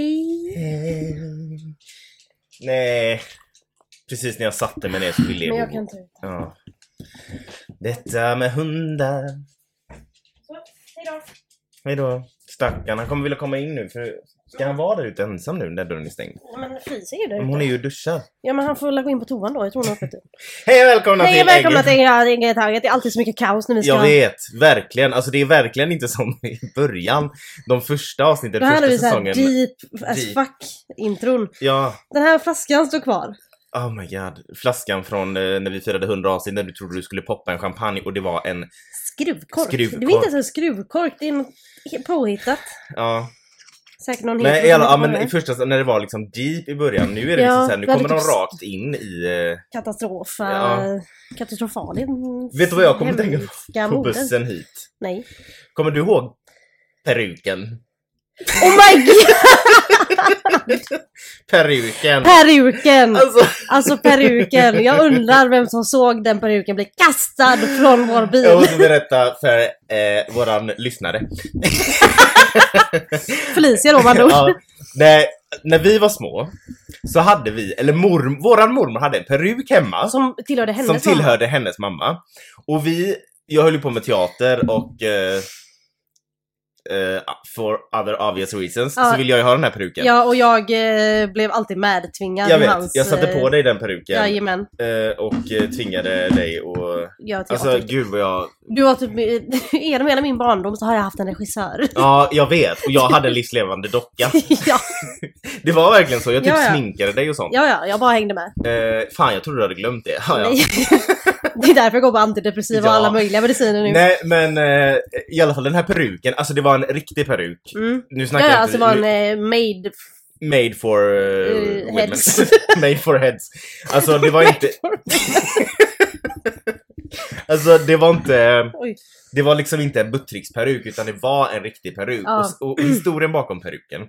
Hej! Ehm, Nej, precis när jag satte mig ner så ville Men jag kan ta ut. Ja. Detta med hundar. Så, hejdå. Hejdå. Stackarn, han kommer vilja komma in nu för ska han vara där ute ensam nu när dörren är stängd? Ja, men Fis är ju där Men ute. hon är ju och duschar. Ja men han får väl gå in på toan då. Jag tror hon har öppet upp. Hej och välkomna Hej och till välkomna Ägget. till Ja, Inget Target. Det är alltid så mycket kaos när vi ska... Jag vet, verkligen. Alltså det är verkligen inte som i början. De första avsnitten, Då hade första vi såhär säsongen. deep as Deep. fuck-intron. Ja, Den här flaskan står kvar. oh my god. Flaskan från eh, när vi firade 100 avsnitt när du trodde du skulle poppa en champagne och det var en, Skruvkork. Skruvkork. Det är inte ens en skruvkork. Det är något he- påhittat. ja, Säkert någon Nej, hetero i alla, ja, som inte men i var med. första när det var liksom deep i början. Nu är det Ja, liksom såhär, nu vi hade kommer de typ s- rakt in i... eh, Katastrof. eh, Ja. Katastrofal. Vet du vad jag kommer att tänka på? Hemska på morden. bussen hit. Nej. Kommer du ihåg peruken? Oh my god! Peruken! Peruken! Alltså, Alltså peruken. Jag undrar vem som såg den peruken bli kastad från vår jag bil. måste berätta för eh, våran lyssnare. Felicia då man Ja, när, när vi var små så hade vi, eller morm, våran mormor hade en peruk hemma. Som tillhörde hennes som mamma. tillhörde hennes mamma. Och vi, jag höll ju på med teater och eh, eh, for other obvious reasons Ja. så vill jag ju ha den här peruken. Ja, och jag eh, blev alltid medtvingad jag med vet, hans... eh, jag satte på dig den peruken Jajamän. eh, och eh, tvingade dig och... Jag Alltså alltså, gud vad jag... du har typ... Genom hela min barndom så har jag haft en regissör. Ja, jag vet. Och jag hade en livslevande docka. ja, Det var verkligen så. Jag typ Ja, ja. sminkade dig och sånt. ja, ja, jag bara hängde med. Eh, fan, jag trodde du hade glömt det. Ja, ja. Nej. det är därför jag går på antidepressiva och Ja. alla möjliga mediciner nu. Nej, men eh, i alla fall den här peruken. Alltså det var en riktig peruk. Mm. Nu snackar Ja, ja, jag alltså inte... var en nu- eh, made... Made for uh, Eh, women. heads. Made for heads. Alltså det var inte, alltså det var inte, Oj. det var liksom inte en buttricksperuk utan det var en riktig peruk. Ja. Och, och historien bakom peruken,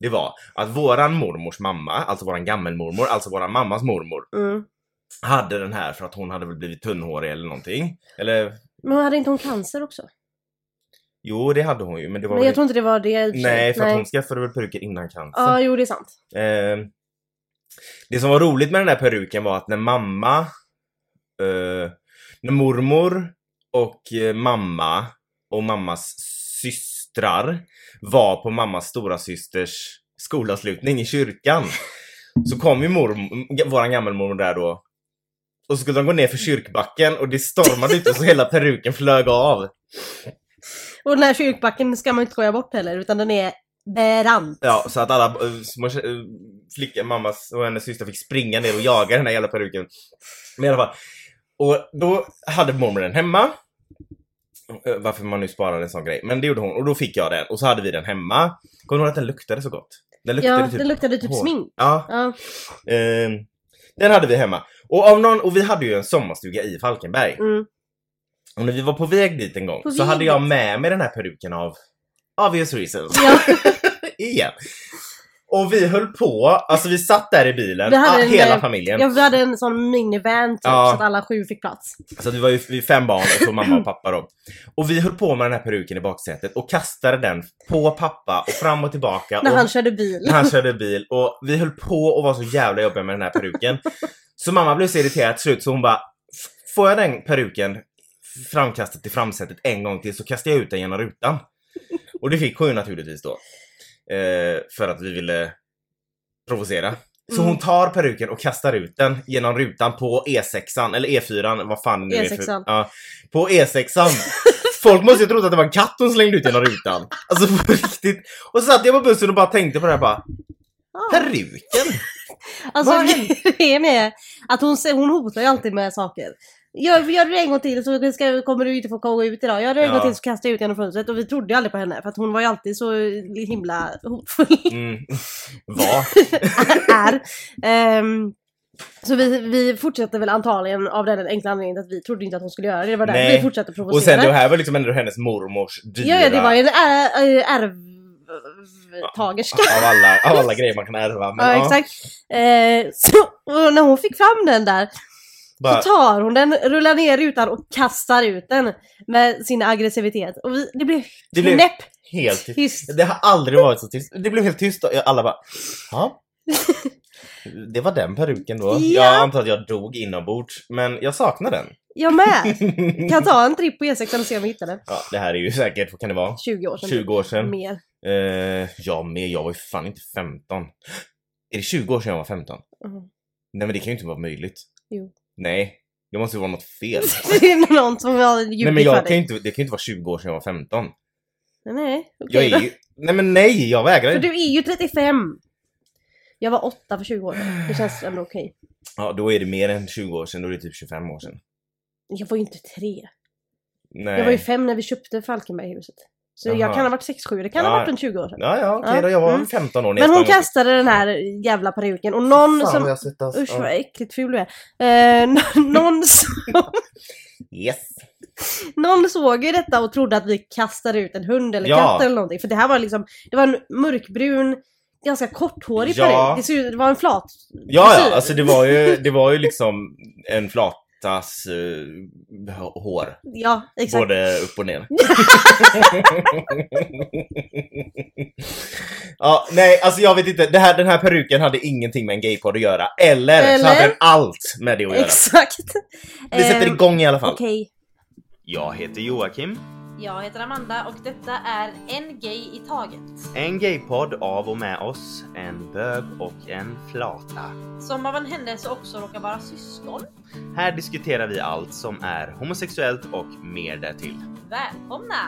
det var att våran mormors mamma, alltså våran gammelmormor, alltså våran mammas mormor, Mm. hade den här för att hon hade väl blivit tunnhårig eller någonting. Eller, Men hade inte hon cancer också? jo det hade hon ju men det var Men väl jag tror inte det var det. i och för sig. Nej, för att hon skaffade väl peruker innan cancer. Ja, jo det är sant. Eh, det som var roligt med den där peruken var att när mamma, eh, när mormor och eh, mamma och mammas systrar var på mammas stora systers skolavslutning i kyrkan. Så kom ju mormor, våran gammelmormor där då och så skulle de gå ner för kyrkbacken och det stormade ute så hela peruken flög av. Och den här kyrkbacken ska man inte skoja bort heller, utan den är berant. Ja, så att alla eh, små tje- eh, flickor, mammas och hennes syster fick springa ner och jaga den här jävla peruken. Men i alla fall. Och då hade mormor den hemma. Eh, Varför man nu sparar en sån grej. Men det gjorde hon och då fick jag den och så hade vi den hemma. Kommer du ihåg att den luktade så gott? Den luktade ja, typ... den luktade typ hår. smink. Ja. Ja. ehm, den hade vi hemma. Och av någon, och vi hade ju en sommarstuga i Falkenberg. Mm. Och när vi var på väg dit en gång På så väg hade dit. jag med mig den här peruken av obvious reasons. Ja, igen. Och vi höll på, alltså vi satt där i bilen, Vi hade ah, en, hela eh, familjen. jag hade en sån minivan typ, Ja. så att alla sju fick plats. Så att vi var ju vi fem barn, och så mamma och pappa då. Och vi höll på med den här peruken i baksätet och kastade den på pappa och fram och tillbaka. När och, han körde bil. när han körde bil och vi höll på och var så jävla jobbiga med den här peruken. Så mamma blev så irriterad till slut så hon bara, "F- får jag den peruken framkastat till framsätet en gång till så kastar jag ut den genom rutan. Och det fick hon ju naturligtvis då. Eh, för att vi ville provocera. Så Mm. hon tar peruken och kastar ut den genom rutan på E6an, eller E4an, vad fan det nu är för... E6:an. Ja, på E6an. Folk måste ju ha trott att det var en katt hon slängde ut genom rutan. Alltså på riktigt. Och så satt jag på bussen och bara tänkte på det här bara, Ja. peruken? Alltså vad hände? grejen är att hon, se- hon hotar ju alltid med saker. Gör, gör du det en gång till så ska, kommer du inte få gå ut idag. Gör du det en Ja. gång till så kastar jag ut genom fönstret. Och vi trodde ju aldrig på henne för att hon var ju alltid så himla hotfull. Mm. Va? är. Ehm, så vi, vi fortsatte väl antagligen av den enkla anledningen att vi trodde inte att hon skulle göra det. Det var därför Nej. vi fortsatte provocera. Och sen det här var liksom ändå hennes mormors dyra... Ja, ja, det var ju en ä- ä- ärvtagerska. Av alla, av alla grejer man kan ärva. Men, Ja, exakt. Eh, så, och när hon fick fram den där Bara, Så tar hon den, rullar ner rutan och kastar ut den med sin aggressivitet. Och vi, det blev det blev knäpp helt tyst. tyst. Det har aldrig varit så tyst. Det blev helt tyst och alla bara, ja. Det var den peruken då. Jag Ja. antar att jag dog inombords, men jag saknar den. Jag med! Kan ta en tripp på E6 och se om vi hittar den. Ja, det här är ju säkert, vad kan det vara? 20 år sedan. 20 år sedan. Mer. Eh, jag med, jag var ju fan inte 15. Är det 20 år sedan jag var 15? Mhm. Nej men det kan ju inte vara möjligt. Jo. Nej, det måste ju vara något fel. Det är någon som har ljugit Nej men jag för kan ju dig. inte, det kan ju inte vara 20 år sedan jag var 15. Nej, Jag okej är då. ju, nej men nej, jag vägrar För ju. du är ju 35! Jag var 8 för 20 år sedan. Det känns ändå okej. Ja, då är det mer än 20 år sedan, då är det typ 25 år sedan. Jag var ju inte 3. Nej. Jag var ju 5 när vi köpte Falkenberghuset. Så Jaha. jag kan ha varit 6-7, det kan Ja. ha varit en 20 år sedan. Ja, ja, okej Ja, då. Jag var mm. 15 år när Men jag hon sprang- kastade den här jävla peruken och någon Fan, som... vad jag sett, alltså. Usch Ja. vad äckligt ful du är. Eh, nå- någon, så, Yes. någon såg ju detta och trodde att vi kastade ut en hund eller Ja. katt eller någonting. För det här var liksom, det var en mörkbrun, ganska korthårig Ja. peruk. Det, ser ut- det var en flat. Ja, ja, frisyr. alltså det var ju, det var ju liksom en flatas eh, h- hår. Ja, exakt. Både upp och ner. ja, nej, alltså jag vet inte. Det här, den här peruken hade ingenting med en gaypodd att göra. Eller, så Eller? hade den allt med det att göra. Exakt. Vi sätter Ehm, igång i alla fall. Okej. Jag heter Joakim. Jag heter Amanda och detta är En Gay i Taget. En gaypodd av och med oss, en bög och en flata. Som av en händelse också råkar vara syskon. Här diskuterar vi allt som är homosexuellt och mer därtill. Välkomna!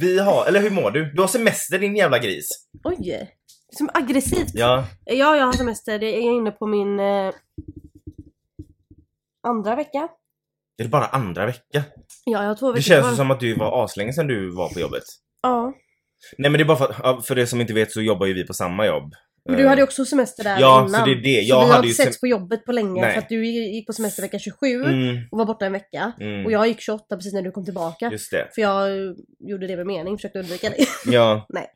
vi har, eller hur mår du? Du har semester din jävla gris. Oj! Som aggressivt. Ja. Ja, jag har semester. Det är jag inne på min eh, andra vecka. Det är bara andra vecka. Ja, jag har två veckor Det känns kvar. ju som att du var aslänge sedan du var på jobbet. Ja. Nej men det är bara för att, ja, för er som inte vet så jobbar ju vi på samma jobb. Eh, Men du hade ju också semester där Ja, innan. så det är det. så Jag vi har hade ju inte setts sem- på jobbet på länge Nej. för att du gick på semester vecka 27 Mm, och var borta en vecka. mm, Och jag gick 28 precis när du kom tillbaka. Just det. För jag eh, gjorde det med mening, försökte undvika dig. Ja. Nej.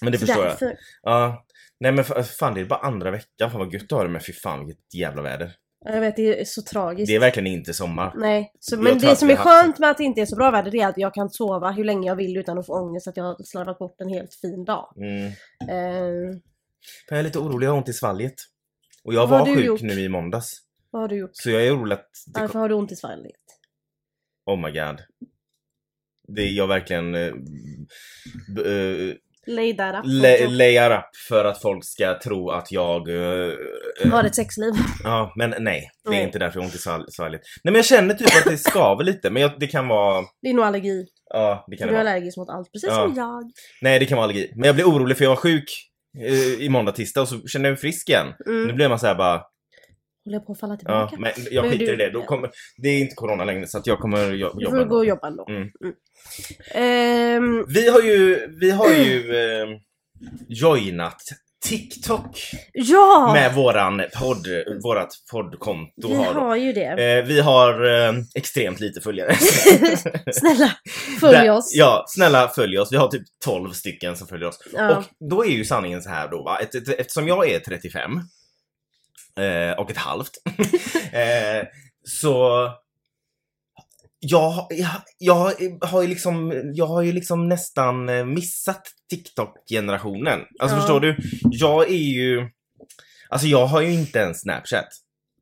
Men det Så förstår jag. därför- Ja. Nej men fa- fan det är bara andra veckan. Fan vad gött du har det men fy fan vilket jävla väder. Ja, Jag vet, det är så tragiskt. Det är verkligen inte sommar. Nej, så, Jag men tror det att som vi är har haft- skönt med att det inte är så bra väder det är att jag kan sova hur länge jag vill utan att få ångest att jag har slarvat bort en helt fin dag. Mm. Eh, Fan, jag är lite orolig, jag har ont i svalget. Och jag Vad har var du sjuk gjort? nu i måndags. vad har du gjort? Så jag är orolig att... Det Varför har du ont i svalget? Oh my god. Det är jag verkligen... eh, b- eh, Lay that up. la- layar up för att folk ska tro att jag... eh, eh, Var det ett sexliv? Ja, men nej. Det är Nej. inte därför jag har ont i sval- svalget. Nej men jag känner typ att det skaver lite. Men jag, det kan vara... Det är nog allergi. Ja, det kan För det du är vara. allergisk mot allt, precis Ja. som jag. Nej, det kan vara allergi. Men jag blev orolig för jag var sjuk eh, i måndag, tisdag och så känner jag mig frisk igen. Nu Mm. blir man så här bara... Håller jag på att falla tillbaka? Ja, men jag Men skiter i du- det. Då kommer, det är inte corona längre så att jag kommer jo- du jobba. får gå och jobba ändå. Mm. Ehm, Vi har ju, vi har ju eh, joinat TikTok ja! med våran podd, vårat poddkonto. vi har, har ju det. Eh, vi har eh, extremt lite följare. Snälla, följ Där- oss. Ja, snälla följ oss. Vi har typ 12 stycken som följer oss. Ja. Och då är ju sanningen så här då va, ett, ett, eftersom jag är 35 eh, och ett halvt, eh, så jag, har- jag, jag har ju liksom, jag har ju liksom nästan eh, missat TikTok-generationen. Alltså Ja. förstår du? Jag är ju, alltså jag har ju inte ens Snapchat.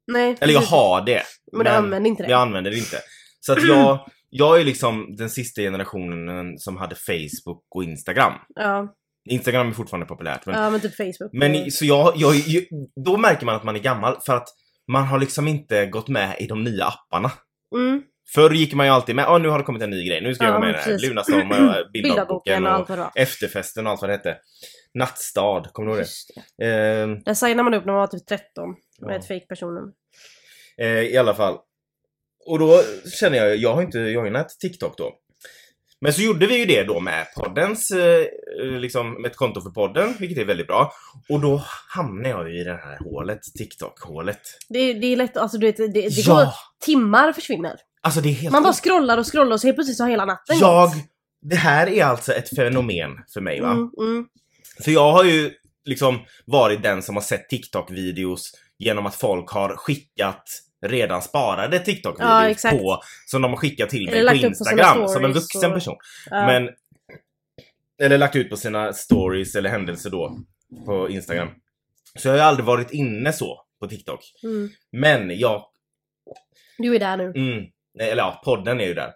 Nej, Eller jag precis. har det. Men du använder inte det. Jag använder det inte. Så att jag, jag är liksom den sista generationen som hade Facebook och Instagram. Ja. Instagram är fortfarande populärt men ja, men typ Facebook. men Mm. i- så jag, jag, ju- då märker man att man är gammal för att man har liksom inte gått med i de nya apparna. Mm. Förr gick man ju alltid med, ja nu har det kommit en ny grej, nu ska jag Ja, vara med i men det här. precis. Lunarstorm Bildarboken och Bildarboken och och allt vad det var. Efterfesten och allt vad det hette. Nattstad, kommer du ihåg Just det. det? Ehm, Där signar man upp när man var typ 13 med Ja. ett fake personnummer. Eh, I alla fall. Och då känner jag, jag har inte joinat TikTok då. Men så gjorde vi ju det då med poddens, eh, liksom ett konto för podden, vilket är väldigt bra. Och då hamnar jag ju i det här hålet, TikTok-hålet. Det, det är lätt, alltså du vet, det, det går, Ja! timmar försvinner. Alltså det är helt... Man bara scrollar och scrollar och så helt plötsligt så har hela natten jag... gått. Det här är alltså ett fenomen för mig va. Mm, mm. För jag har ju liksom varit den som har sett TikTok-videos genom att folk har skickat redan sparade Ja, TikTok-videos exakt. på som de har skickat till Eller mig lagt på upp på sina Instagram som en stories vuxen och- person. Ja. Men, eller lagt ut på sina stories eller händelser då på Instagram. Så jag har ju aldrig varit inne så på TikTok. Mm. Men jag, Du är där nu. mm, nej, eller ja, podden är ju där.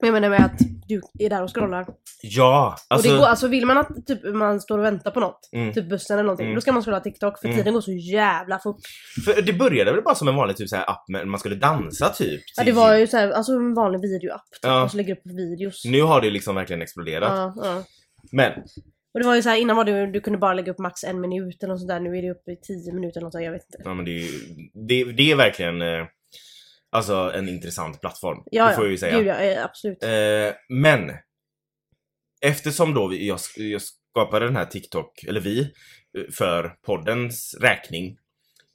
Men jag menar med att du är där och scrollar. Ja, alltså. och det går, alltså vill man att typ, man står och väntar på något, Mm. typ bussen eller någonting, Mm. då ska man scrolla TikTok för Mm. tiden går så jävla fort. För det började väl bara som en vanlig typ så här app, men man skulle dansa typ. Ja, det till- var ju så här, alltså en vanlig videoapp typ, Ja. och så lägger du upp videos. Nu har det liksom verkligen exploderat. Ja, ja. Men Och det var ju så här, innan var det, du kunde bara lägga upp max en minut eller något sånt där, nu är det uppe i tio minuter eller något sånt, jag vet inte. Ja men det är ju, det, det är verkligen eh, alltså en intressant plattform. Ja, det får jag ju säga. Gud, ja, eh, absolut. Eh, men eftersom då vi, jag, jag skapade den här TikTok, eller vi, eh, för poddens räkning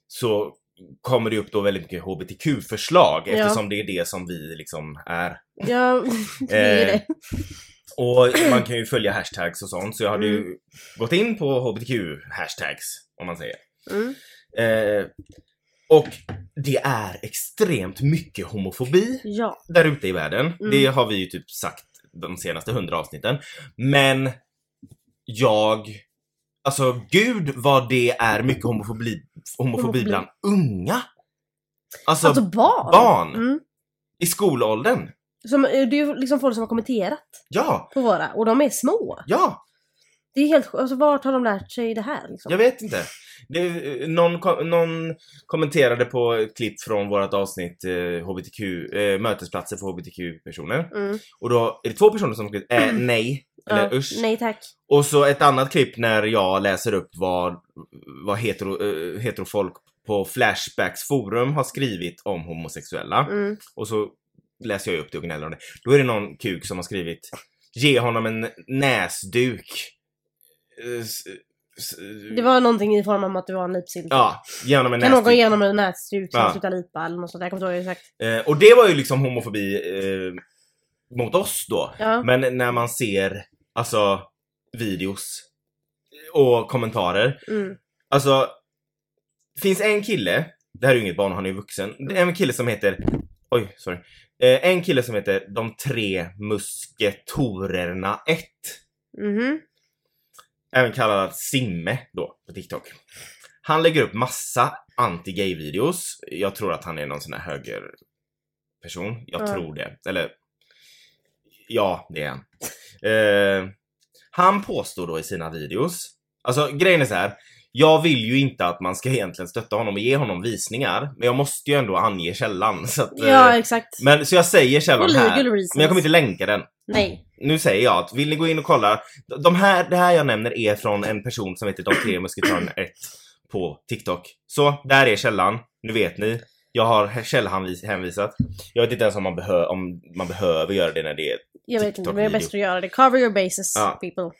så kommer det upp då väldigt mycket HBTQ-förslag Ja. eftersom det är det som vi liksom är. Ja, det är Eh, det. Och man kan ju följa hashtags och sånt så jag hade ju Mm. gått in på HBTQ-hashtags om man säger. Mm. Eh, och det är extremt mycket homofobi Ja, där ute i världen. Mm. Det har vi ju typ sagt de senaste hundra avsnitten. Men jag... Alltså gud vad det är mycket homofobi, homofobi, Homofobi. bland unga! Alltså, alltså barn! barn. Mm. i skolåldern. Som, eh, det är ju liksom folk som har kommenterat Ja, på våra, och de är små. ja, Det är helt sj- alltså vart har de lärt sig det här liksom? jag vet inte. Det, eh, någon, kom, någon kommenterade på ett klipp från vårt avsnitt eh, HBTQ, eh, mötesplatser för HBTQ-personer. Mm. Och då är det två personer som har skrivit eh, nej, eller Ja. usch. Nej tack. Och så ett annat klipp när jag läser upp vad, vad hetero, eh, heterofolk på Flashbacks forum har skrivit om homosexuella. Mm. Och så läser jag upp det och gnäller om det. Då är det någon kuk som har skrivit Ge honom en näsduk. Eh, s- s- Det var någonting i form av att det var en nipsil. Ja, ge honom en kan näsduk. någon ge honom en näsduk så Ja. han slutar lipa eller något sånt där? Jag kommer inte ihåg exakt. Eh, och det var ju liksom homofobi eh, mot oss då. Ja. Men när man ser, alltså, videos och kommentarer Mm. Alltså, finns en kille, det här är ju inget barn, han är ju vuxen. Det är en kille som heter, oj, sorry. Eh, en kille som heter De tre musketorerna 1. Mhm. Även kallad Simme då, på TikTok. Han lägger upp massa anti-gay-videos. Jag tror att han är någon sån här högerperson. Jag Ja. tror det. Eller, ja, det är han. Eh, han påstår då i sina videos, alltså grejen är så här. Jag vill ju inte att man ska egentligen stötta honom och ge honom visningar, men jag måste ju ändå ange källan. Så, att, eh, Ja exakt. men, så jag säger källan Och här, legal men reasons. jag kommer inte länka den Nej. nu säger jag att vill ni gå in och kolla, de här, det här jag nämner är från en person som heter De tre musketörerna 1 på TikTok. Så, där är källan. Nu vet ni. Jag har källhänvisat. Jag vet inte ens om man, behö- om man behöver göra det när det är... Jag vet inte, men det är TikTok-video. bäst att göra det. Cover your bases Ja. people.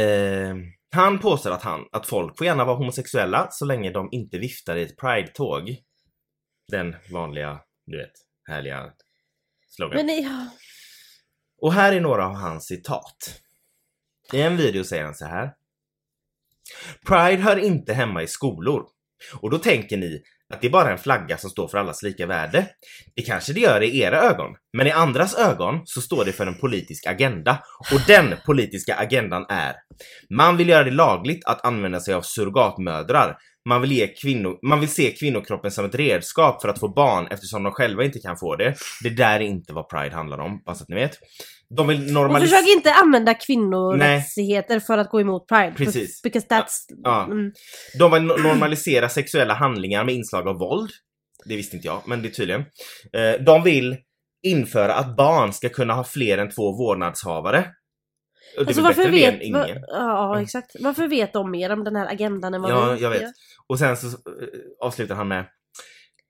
Eh, han påstår att, han, att folk får gärna vara homosexuella så länge de inte viftar i ett pride-tåg. Den vanliga, du vet, härliga slogan. Men nej, ja. Och här är några av hans citat. I en video säger han så här. Pride hör inte hemma i skolor. Och då tänker ni att det är bara en flagga som står för allas lika värde. Det kanske det gör i era ögon, men i andras ögon så står det för en politisk agenda. Och den politiska agendan är man vill göra det lagligt att använda sig av surrogatmödrar. Man vill, ge kvinno, man vill se kvinnokroppen som ett redskap för att få barn eftersom de själva inte kan få det. Det där är inte vad Pride handlar om, bara så att ni vet. De vill Och normalisera... försök inte använda kvinnorättigheter för att gå emot pride. Precis. Because that's... Ja. Mm. De vill no- normalisera sexuella handlingar med inslag av våld. Det visste inte jag, men det är tydligen. Eh, De vill införa att barn ska kunna ha fler än två vårdnadshavare. Och det är Alltså väl varför bättre det vet... än va- ingen. ja exakt. Varför vet de mer om den här agendan än vad Ja, vi jag vet. gör? Och sen så eh, avslutar han med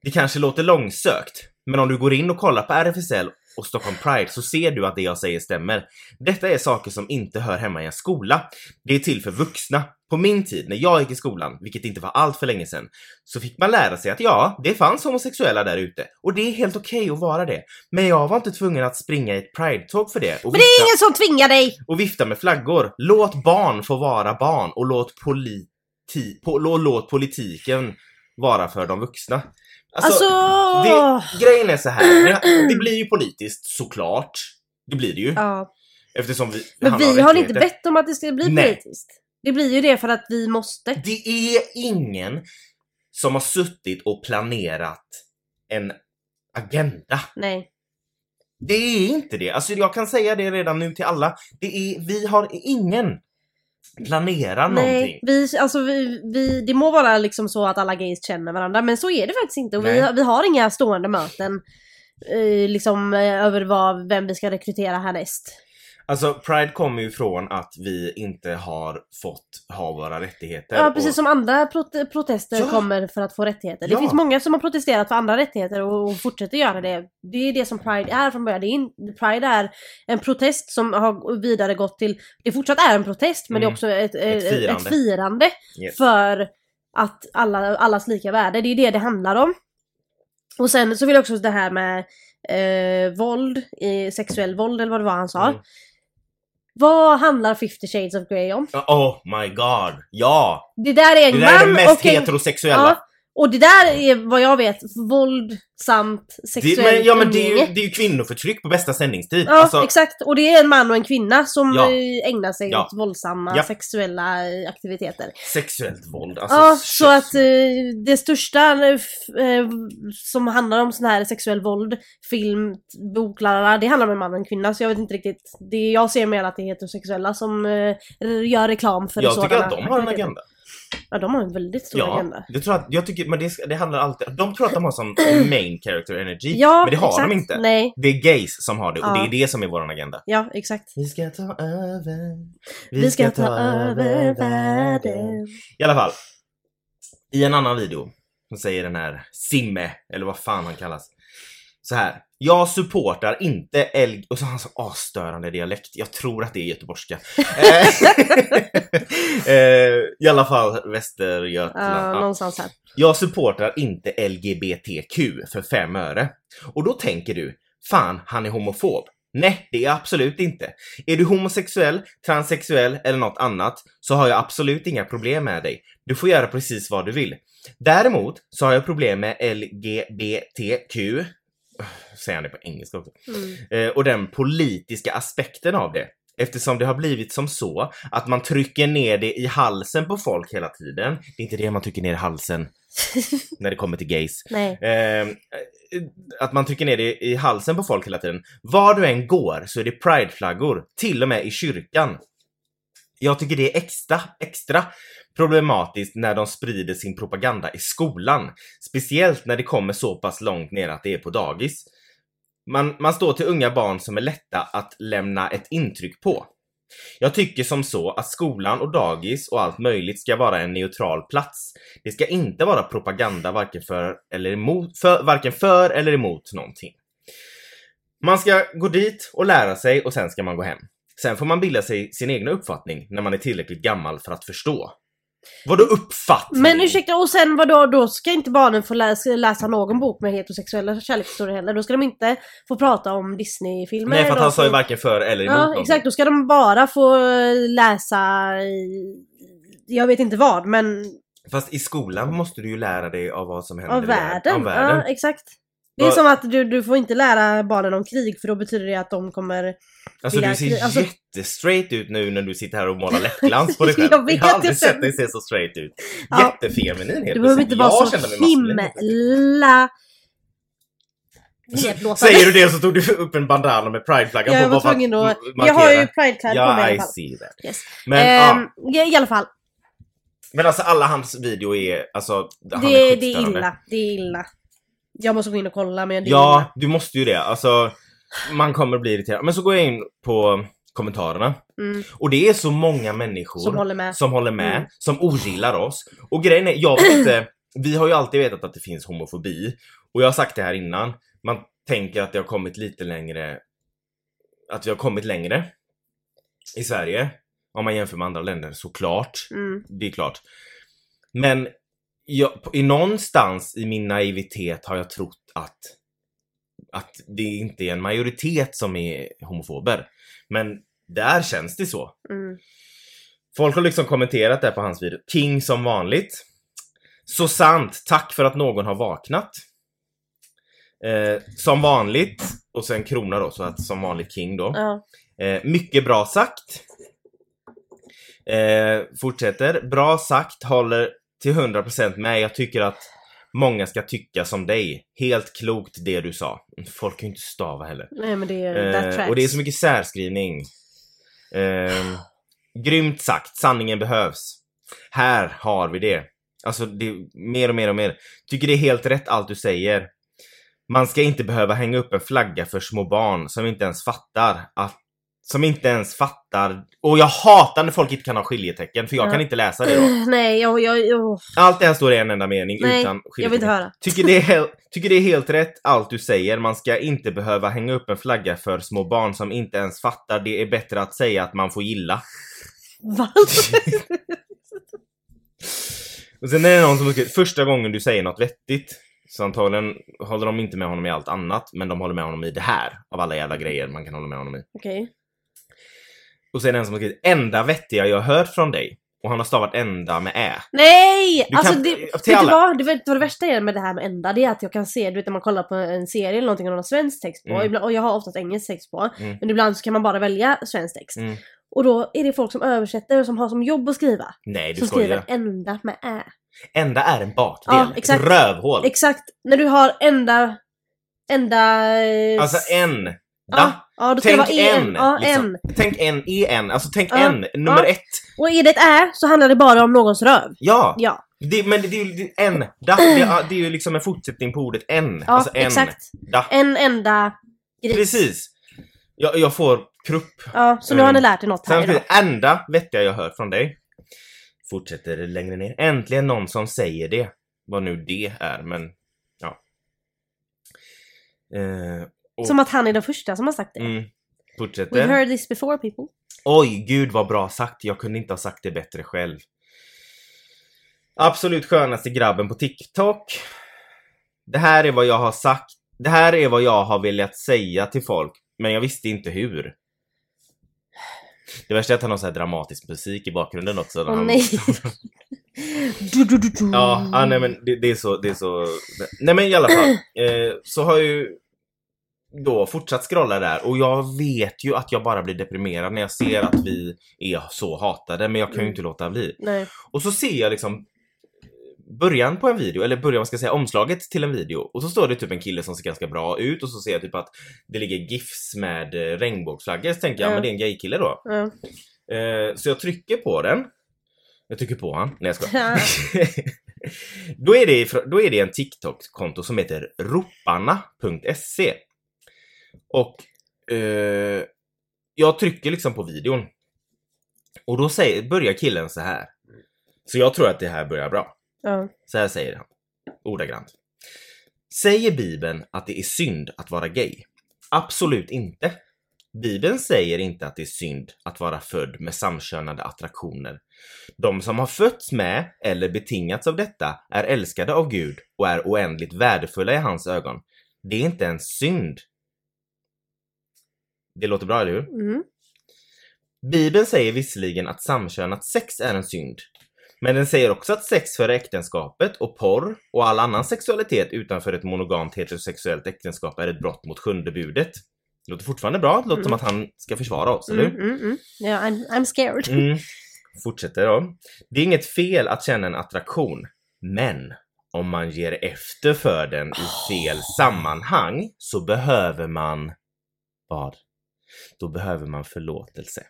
Det kanske låter långsökt, men om du går in och kollar på RFSL och Stockholm Pride så ser du att det jag säger stämmer. Detta är saker som inte hör hemma i en skola. Det är till för vuxna. På min tid, när jag gick i skolan, vilket inte var allt för länge sedan, så fick man lära sig att ja, det fanns homosexuella där ute och det är helt okej att vara det. Men jag var inte tvungen att springa i ett pride-tåg för det. Och Men det är ingen som tvingar dig! och vifta med flaggor. Låt barn få vara barn och låt, politi- po- lå- låt politiken vara för de vuxna. Alltså... det, grejen är så här. det- det blir ju politiskt såklart. Det blir det ju. Ja. Eftersom vi Men handlar om vi har inte rättigheter. bett om att det ska bli Nej. politiskt. Det blir ju det för att vi måste. Det är ingen som har suttit och planerat en agenda. Nej. Det är inte det. Alltså jag kan säga det redan nu till alla. Det är, vi har ingen planerar någonting. Nej. Vi, alltså, vi, vi, det må vara liksom så att alla gays känner varandra, men så är det faktiskt inte. Och vi, Nej. vi har inga stående möten. Eh, liksom eh, över vad, vem vi ska rekrytera härnäst. Alltså Pride kommer ju från att vi inte har fått ha våra rättigheter. Ja, precis och, som andra prot- protester Ja. kommer för att få rättigheter. Det Ja. finns många som har protesterat för andra rättigheter och, och fortsätter göra det. Det är det som Pride är från början. Det är in, Pride är en protest som har vidare gått till, det fortsatt är en protest men det är Mm. också ett, ett, ett firande, firande. Yes. för att alla, allas lika värde. Det är det det handlar om. Och sen så vill jag också det här med eh, våld, eh, sexuell våld eller vad det var han sa. Mm. Vad handlar 50 shades of Grey om? Oh my god, ja! Det där är en man Det där är det mest och en heterosexuella. Ja, och det där är vad jag vet våld samt det, sexuellt men, ja men det är, ju, umgänge. det är ju kvinnoförtryck på bästa sändningstid. Ja, alltså, exakt. Och det är en man och en kvinna som Ja. eh, ägnar sig Ja. åt våldsamma Ja. sexuella eh, aktiviteter. sexuellt våld. Alltså, ja, shit. så att eh, det största eh, f- eh, som handlar om sån här sexuell våld, film, bok, la, la, la, det handlar om en man och en kvinna. Så jag vet inte riktigt. Det, jag ser mer att det är heterosexuella som eh, gör reklam för jag sådana tycker att de har en aktiviteter. agenda. Ja, de har en väldigt stor Ja, agenda. det tror jag, jag tycker, men det, ska- det handlar alltid, de tror att de har sån main character energy, Ja, men det har exakt. de inte. Nej. Det är gays som har det och Ja. det är det som är våran agenda. Ja, exakt. Vi ska ta över, Vi ska ta över världen. I alla fall. I en annan video så säger den här Simme, eller vad fan han kallas. Så här. Jag supportar inte L... Och så har han så asstörande dialekt. Jag tror att det är göteborgska. Eh, eh, I alla fall Ja, Västergötland. Ja. någonstans här. Jag supportar inte LGBTQ för fem öre. Och då tänker du, fan han är homofob. Nej, det är jag absolut inte. Är du homosexuell, transsexuell eller något annat så har jag absolut inga problem med dig. Du får göra precis vad du vill. Däremot så har jag problem med LGBTQ, säger han det på engelska också, Mm. eh, och den politiska aspekten av det. Eftersom det har blivit som så att man trycker ner det i halsen på folk hela tiden. Det är inte det man trycker ner i halsen när det kommer till gays. Nej. Eh, att man trycker ner det i halsen på folk hela tiden. Var du än går så är det prideflaggor, till och med i kyrkan. Jag tycker det är extra, extra problematiskt när de sprider sin propaganda i skolan. Speciellt när det kommer så pass långt ner att det är på dagis. Man, man står till unga barn som är lätta att lämna ett intryck på. Jag tycker som så att skolan och dagis och allt möjligt ska vara en neutral plats. Det ska inte vara propaganda varken för eller emot, för, varken för eller emot någonting. Man ska gå dit och lära sig och sen ska man gå hem. Sen får man bilda sig sin egna uppfattning när man är tillräckligt gammal för att förstå. Vadå uppfattning? Men ursäkta, och sen vadå, då ska inte barnen få läsa, läsa någon bok med heterosexuella kärlekshistorier heller. Då ska de inte få prata om Disney-filmer. Nej för att Då han sa ju får- varken för eller emot alltså- Ja, någonting. exakt. Då ska de bara få läsa, i- jag vet inte vad, men Fast i skolan måste du ju lära dig av vad som händer av i världen. världen. Av världen. Ja, exakt. Det är Vad- som att du, du får inte lära barnen om krig för då betyder det att de kommer... Alltså Lilla du ser kri- alltså- jättestraight ut nu när du sitter här och målar läppglans på dig själv. Jag vet har aldrig inte. sett dig se så straight ut. Ja. Jättefeminin helt Du behöver inte vara Jag så kände mig maskulin. himla... Nedlåtande. Säger du det så tog du upp en bandana med prideflaggan Ja, jag på var bara för tvungen att... m- Jag har ju markera. pridekläder på Ja, mig i I alla fall. see that. Yes. Men, Ehm, ja, ja, I alla fall, men alltså alla hans video är, alltså, han det, är det är skitstörande. illa. Det är illa. Jag måste gå in och kolla men det är illa. Ja, du måste ju det. Alltså, man kommer bli irriterad. Men så går jag in på kommentarerna. Mm, Och det är så många människor som håller med. som håller med, Mm. som ogillar oss. Och grejen är, jag vet inte, vi har ju alltid vetat att det finns homofobi. Och jag har sagt det här innan, man tänker att det har kommit lite längre, att vi har kommit längre i Sverige. Om man jämför med andra länder, såklart. Mm. Det är klart. Men jag, på- i någonstans i min naivitet har jag trott att, att det inte är en majoritet som är homofober. Men där känns det så. Mm. Folk har liksom kommenterat det här på hans video. King som vanligt. Så sant, tack för att någon har vaknat. Eh, som vanligt. Och sen krona då, så att som vanligt King då. Ja. Eh, mycket bra sagt. Eh, fortsätter. Bra sagt, håller till 100% med. Jag tycker att många ska tycka som dig. Helt klokt det du sa. Folk kan ju inte stava heller. Nej men det är, that Eh, tracks. och det är så mycket särskrivning. Eh, grymt sagt, sanningen behövs. Här har vi det. Alltså, det, är mer och mer och mer. Tycker det är helt rätt allt du säger. Man ska inte behöva hänga upp en flagga för små barn som inte ens fattar att som inte ens fattar. Och jag hatar när folk inte kan ha skiljetecken för jag Ja. kan inte läsa det då. Nej, jag, jag, jag, Allt det här står i en enda mening Nej, utan jag vill inte skiljetecken. höra. Tycker det, är helt, tycker det är helt rätt allt du säger. Man ska inte behöva hänga upp en flagga för små barn som inte ens fattar. Det är bättre att säga att man får gilla. Va? Och sen är det någon som har skrivit, första gången du säger något vettigt. Så antagligen håller de inte med honom i allt annat, men de håller med honom i det här. Av alla jävla grejer man kan hålla med honom i. Okej. Och sen är det en som har skrivit, enda vettiga jag hört från dig. Och han har stavat enda med ä. Nej! Du alltså kan- det, till vet du alla. vad? Det, vet du vad det värsta är med det här med enda? Det är att jag kan se, du vet när man kollar på en serie eller någonting och de har svensk text på. Mm. Ibland, och jag har oftast engelsk text på. Mm. Men ibland så kan man bara välja svensk text. Mm. Och då är det folk som översätter och som har som jobb att skriva. Nej, du Som skriver skojar. enda med ä. Enda är en bakdel. Ja, exakt. Ett rövhål. Exakt, när du har enda... Enda... eh, Alltså en. Da. Ja, ja då ska Tänk det vara en. en, Ja, liksom. en. Tänk en, en, alltså tänk Ja, en, nummer ja. ett. Och är det ett ä så handlar det bara om någons röv. Ja! Ja, Det, men det, det är ju det- en, da, det, är- det är ju liksom en fortsättning på ordet en. ja alltså en, exakt. da. En enda gris. Precis! Jag, jag får krupp. Ja, så nu har Mm. ni lärt er något här Sen idag. skriver jag, enda vettiga jag hör från dig. Fortsätter längre ner. Äntligen någon som säger det. Vad nu det är, men ja. Eh, och, Som att han är den första som har sagt det. mm, fortsätter. We've heard this before people. Oj, gud vad bra sagt. Jag kunde inte ha sagt det bättre själv. Absolut skönaste grabben på TikTok. Det här är vad jag har sagt. Det här är vad jag har velat säga till folk, men jag visste inte hur. Det värsta är att han har så här dramatisk musik i bakgrunden också. när Åh han- nej. du, du, du, du. Ja, ah, nej men det, det är så, det är så. Nej men i alla fall. Eh, så har jag ju då fortsatt scrolla där och jag vet ju att jag bara blir deprimerad när jag ser att vi är så hatade men jag kan ju inte låta bli. Nej. Och så ser jag liksom början på en video, eller början, vad ska jag säga, omslaget till en video och så står det typ en kille som ser ganska bra ut och så ser jag typ att det ligger gifs med eh, regnbågsflaggor så tänker jag, Ja. ja. men det är en gaykille då. Ja. Eh, så jag trycker på den. Jag trycker på han. Nej jag skojar. då, är det, ifrån- då är det en TikTok-konto som heter roparna.se. Och eh, jag trycker liksom på videon. Och då säger, börjar killen så här. Så jag tror att det här börjar bra. Ja. Så här säger han, ordagrant. Säger Bibeln att det är synd att vara gay? Absolut inte. Bibeln säger inte att det är synd att vara född med samkönade attraktioner. De som har fötts med eller betingats av detta är älskade av Gud och är oändligt värdefulla i hans ögon. Det är inte en synd. Det låter bra, eller hur? Mm. Bibeln säger visserligen att samkönat sex är en synd. Men den säger också att sex före äktenskapet och porr och all annan sexualitet utanför ett monogamt heterosexuellt äktenskap är ett brott mot sjunde budet. Det låter fortfarande bra, det låter som Mm. att han ska försvara oss, eller Mm, hur? mm, mm. Ja, I'm, I'm scared. Mm. Fortsätter då. Det är inget fel att känna en attraktion, men om man ger efter för den i fel sammanhang så behöver man vad? Då behöver man förlåtelse.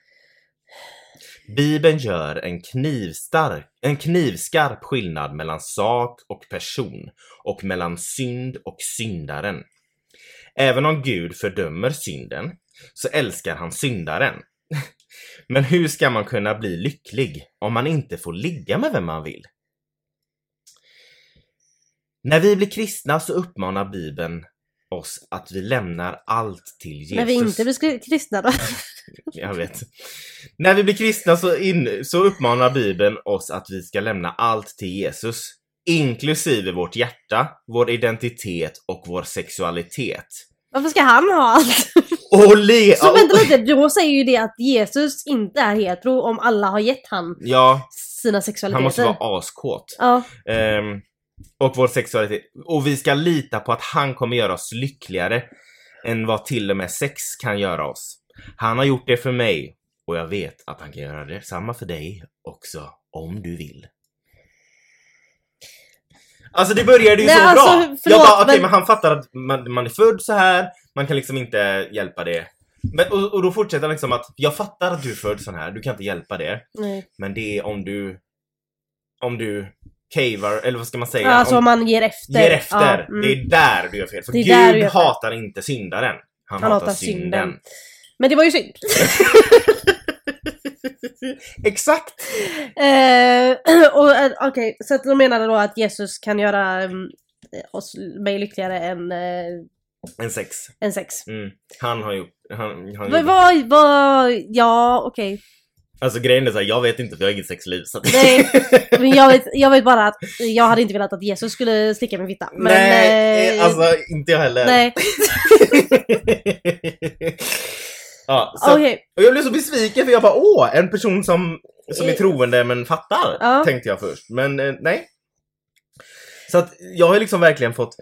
Bibeln gör en, knivstark, en knivskarp skillnad mellan sak och person och mellan synd och syndaren. Även om Gud fördömer synden så älskar han syndaren. Men hur ska man kunna bli lycklig om man inte får ligga med vem man vill? När vi blir kristna så uppmanar Bibeln oss att vi lämnar allt till Jesus. När vi inte blir skri- kristna då. Jag vet. När vi blir kristna så, in, så uppmanar Bibeln oss att vi ska lämna allt till Jesus. Inklusive vårt hjärta, vår identitet och vår sexualitet. Varför ska han ha allt? Och le... Så vänta lite, då säger ju det att Jesus inte är hetero om alla har gett han Ja, sina sexualiteter. han måste vara askåt. Ja, Ehm, och vår sexualitet. Och vi ska lita på att han kommer göra oss lyckligare än vad till och med sex kan göra oss. Han har gjort det för mig och jag vet att han kan göra detsamma för dig också om du vill. Alltså det började ju Nej, så alltså, bra! jag förlåt, bara, okej men- men han fattar att man, man är född så här, man kan liksom inte hjälpa det. Men, och, och då fortsätter han liksom att, jag fattar att du är född sån här, du kan inte hjälpa det. nej. Men det är om du... Om du cavar, eller vad ska man säga? Alltså om om man ger efter. ger efter. Ja, mm. Det är där du gör fel. För Det är där du Gud gör fel. hatar inte syndaren. Han, hatar, synden. Men det var ju synd. Exakt! Eh, och, eh, Okej, så att de menade då att Jesus kan göra mm, oss, mig lyckligare än, eh, En sex. än sex. Mm. Han har gjort... Han, han Vad, gjorde- vad, vad, ja okej. Alltså grejen är såhär, jag vet inte för jag har inget sexliv. Så att... Nej, Men jag vet, jag vet bara att jag hade inte velat att Jesus skulle sticka min fitta. Men, Nej, eh, alltså inte jag heller. Nej, ja, så, okej. Och jag blev så besviken för jag bara åh, en person som, som är troende men fattar, Eh. Ja. tänkte jag först. Men eh, nej. Så att jag har liksom verkligen fått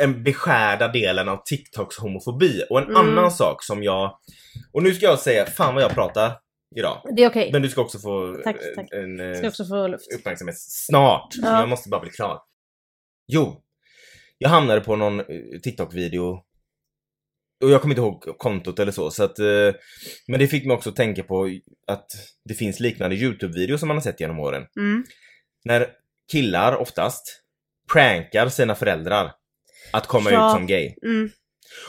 en beskärda delen av TikToks homofobi. Och en Mm. annan sak som jag, och nu ska jag säga, fan vad jag pratar idag. Det är okej. Men du ska också få Tack, eh, tack. en eh, Ska också få luft. uppmärksamhet snart. Ja. Jag måste bara bli klar. Jo, jag hamnade på någon eh, TikTok-video och jag kommer inte ihåg kontot eller så, så att, eh, men det fick mig också att tänka på att det finns liknande YouTube-videor som man har sett genom åren. Mm. När killar oftast prankar sina föräldrar att komma Ja. ut som gay. Mm.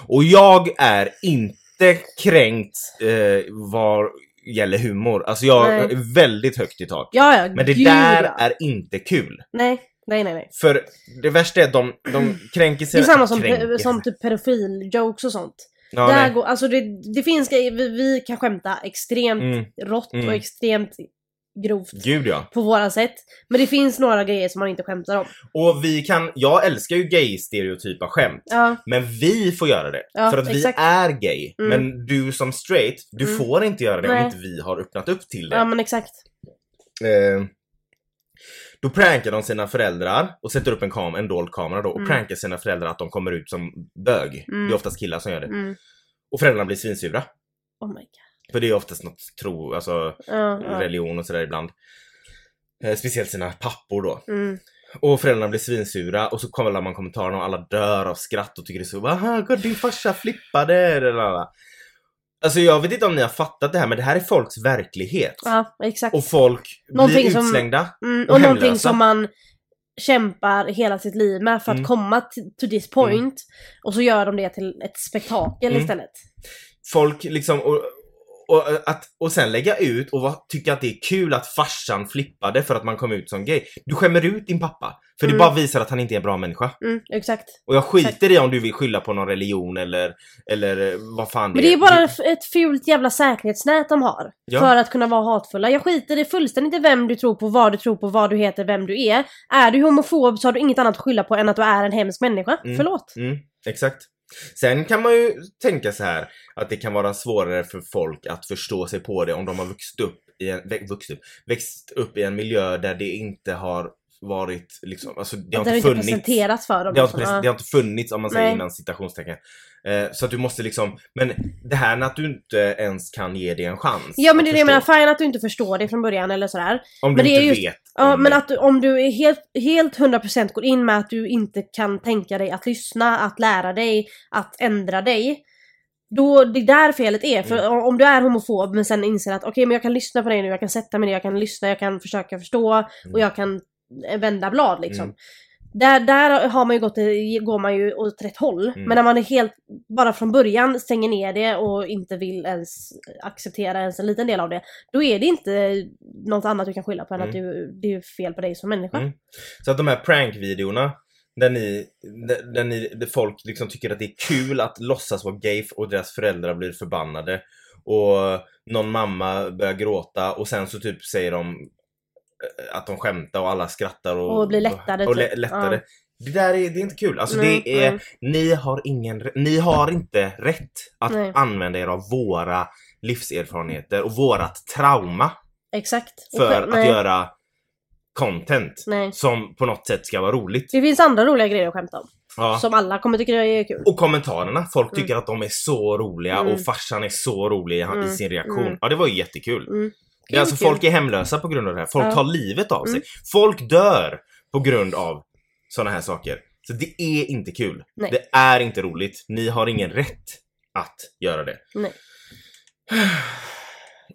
Och jag är inte kränkt eh, vad gäller humor. Alltså jag Nej. är väldigt högt i tak. Ja, ja. Men det gud, där ja. är inte kul. Nej, nej, nej. nej. För det värsta är att de, de Det kränker sig. är samma som, kränker. pe- som typ pedofil-jokes och sånt. ja, där nej. går, alltså det, det finns grejer, vi, vi kan skämta extremt Mm, rått Mm. och extremt grovt gud ja. på våra sätt. Men det finns några grejer som man inte skämtar om. Och vi kan, jag älskar ju gay-stereotypa skämt. Ja, Men vi får göra det. Ja, för att exakt. vi är gay. Mm. Men du som straight, du Mm. får inte göra det Nej. om inte vi har öppnat upp till det. ja men exakt. Eh, då prankar de sina föräldrar och sätter upp en, kam en dold kamera då och Mm. prankar sina föräldrar att de kommer ut som bög. Mm. Det är oftast killar som gör det. Mm. Och föräldrarna blir svinsura. Oh my god. För det är oftast något tro, alltså Ja, ja. religion och sådär ibland. Eh, speciellt sina pappor då. Mm. Och föräldrarna blir svinsura och så kollar man kommentarerna och alla dör av skratt och tycker det är så Aha, god, din farsa flippade! eller alla. Alltså jag vet inte om ni har fattat det här men det här är folks verklighet. ja exakt. Och folk Någonting blir som- utslängda. Mm, och och någonting hemlösa. som man kämpar hela sitt liv med för att Mm. komma t- to this point. Och så gör de det till ett spektakel Mm. istället. folk liksom och, och, att, och sen lägga ut och vad, tycka att det är kul att farsan flippade för att man kom ut som gay. Du skämmer ut din pappa. För Mm. det bara visar att han inte är en bra människa. Mm, exakt. Och jag skiter i om du vill skylla på någon religion eller, eller eh, vad fan det Men det är bara Du- f- ett fult jävla säkerhetsnät de har. Ja. För att kunna vara hatfulla. Jag skiter i fullständigt i vem du tror på, vad du tror på, vad du heter, vem du är. Är du homofob så har du inget annat att skylla på än att du är en hemsk människa. Mm. Förlåt. Mm, exakt. Sen kan man ju tänka så här att det kan vara svårare för folk att förstå sig på det om de har vuxit upp i en, vä- vuxit upp, växt upp i en miljö där det inte har varit liksom, alltså det har det har inte inte funnits. presenterats för dem. Det har, inte liksom. pres- Ja. det har inte funnits om man säger Nej. innan citationstecken. Eh, så att du måste liksom, men det här med att du inte ens kan ge det en chans. Ja men att det är det jag menar, förstå. fine att du inte förstår det från början eller sådär. Om du men det inte är just- vet. Ja om men det. att du, om du är helt, helt 100% går in med att du inte kan tänka dig att lyssna, att lära dig, att ändra dig. Då, det är där felet är. För Mm. om- om du är homofob men sen inser att okej men jag kan lyssna på dig nu, jag kan sätta mig ner, jag kan lyssna, jag kan försöka förstå och jag kan eh, vända blad liksom. Mm. Där, där har man ju gått, eh, går man ju åt rätt håll. Mm. Men när man är helt, bara från början stänger ner det och inte vill ens acceptera ens en liten del av det. Då är det inte något annat du kan skylla på än att Mm. du, det är fel på dig som människa. Mm. Så att de här prankvideorna, Där ni, där, där ni, där folk liksom tycker att det är kul att låtsas vara gay och deras föräldrar blir förbannade. Och någon mamma börjar gråta och sen så typ säger de eh, att de skämtar och alla skrattar och, Och blir lättade, Och lä- typ. lättade. Ja. Det där är, det är inte kul. Alltså Nej, det är, nej. ni har ingen, r- ni har inte rätt att Nej. använda er av våra livserfarenheter och vårat trauma Exakt. Och för själv- nej, att göra content Nej. som på något sätt ska vara roligt. Det finns andra roliga grejer att skämta om. Ja. Som alla kommer tycka är kul. Och kommentarerna. Folk tycker att de är så roliga Mm. och farsan är så rolig i han- i Mm, sin reaktion. mm. Ja, det var ju jättekul. Mm. Det är alltså Kul, folk är hemlösa på grund av det här. Folk Ja. tar livet av sig. Mm. Folk dör på grund av sådana här saker. Så det är inte kul. Nej. Det är inte roligt. Ni har ingen rätt att göra det. Nej.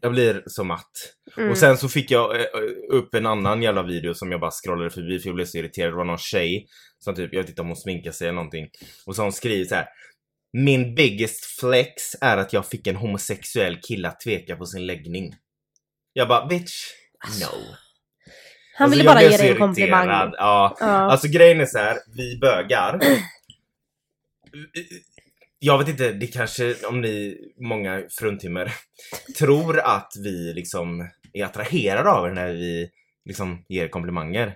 Jag blir så matt. Mm. Och sen så fick jag eh, eh, upp en annan jävla video som jag bara scrollade förbi för jag blev så irriterad. Det var någon tjej som typ, jag vet inte om hon sminkar sig eller någonting. Och så har hon skrivit så här. Min biggest flex är att jag fick en homosexuell kille att tveka på sin läggning. Jag bara bitch, no. Han Alltså, ville jag bara blev ge så dig en irriterad. komplimang. Ja. Ja. Mm. Alltså grejen är så här, vi bögar. Jag vet inte, det kanske om ni, många fruntimmer, tror att vi liksom är attraherade av er när vi liksom ger komplimanger.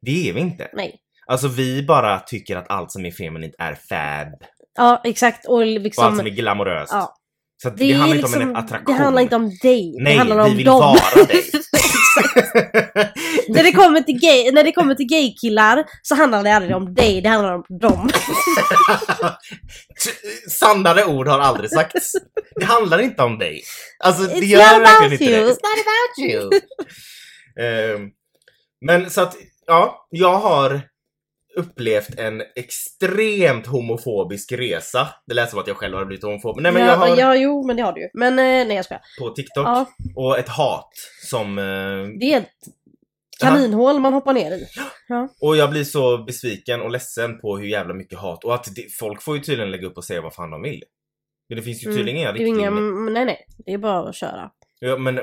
Det är vi inte. Nej. Alltså vi bara tycker att allt som är feminint är fab Ja, exakt. Och liksom... och allt som är glamoröst. ja. Så att det, Det, är handlar liksom, inte om en attraktion. det handlar inte om dig. Nej, det handlar om vi vill dem. vara dig. när, det kommer till gay, när det kommer till gaykillar så handlar det aldrig om dig, det handlar om dem. Alltså, T- Sannare ord har aldrig sagts. Det handlar inte om dig. Alltså det It's gör not about verkligen inte you. det. It's not about you. Ehm, men så att, ja, jag har upplevt en extremt homofobisk resa. Det lät som att jag själv har blivit homofob. Nej men ja, jag har ja, jo men det har du ju. Men eh, nej jag skojar. på TikTok Ja, och ett hat som... eh, det är ett kaninhål man hoppar ner i. Och jag blir så besviken och ledsen på hur jävla mycket hat och att det, folk får ju tydligen lägga upp och säga vad fan de vill. Men det finns ju Mm, tydligen inga Det är ju inga, riktlinjer. mm, nej nej, det är bara att köra. Ja, men d-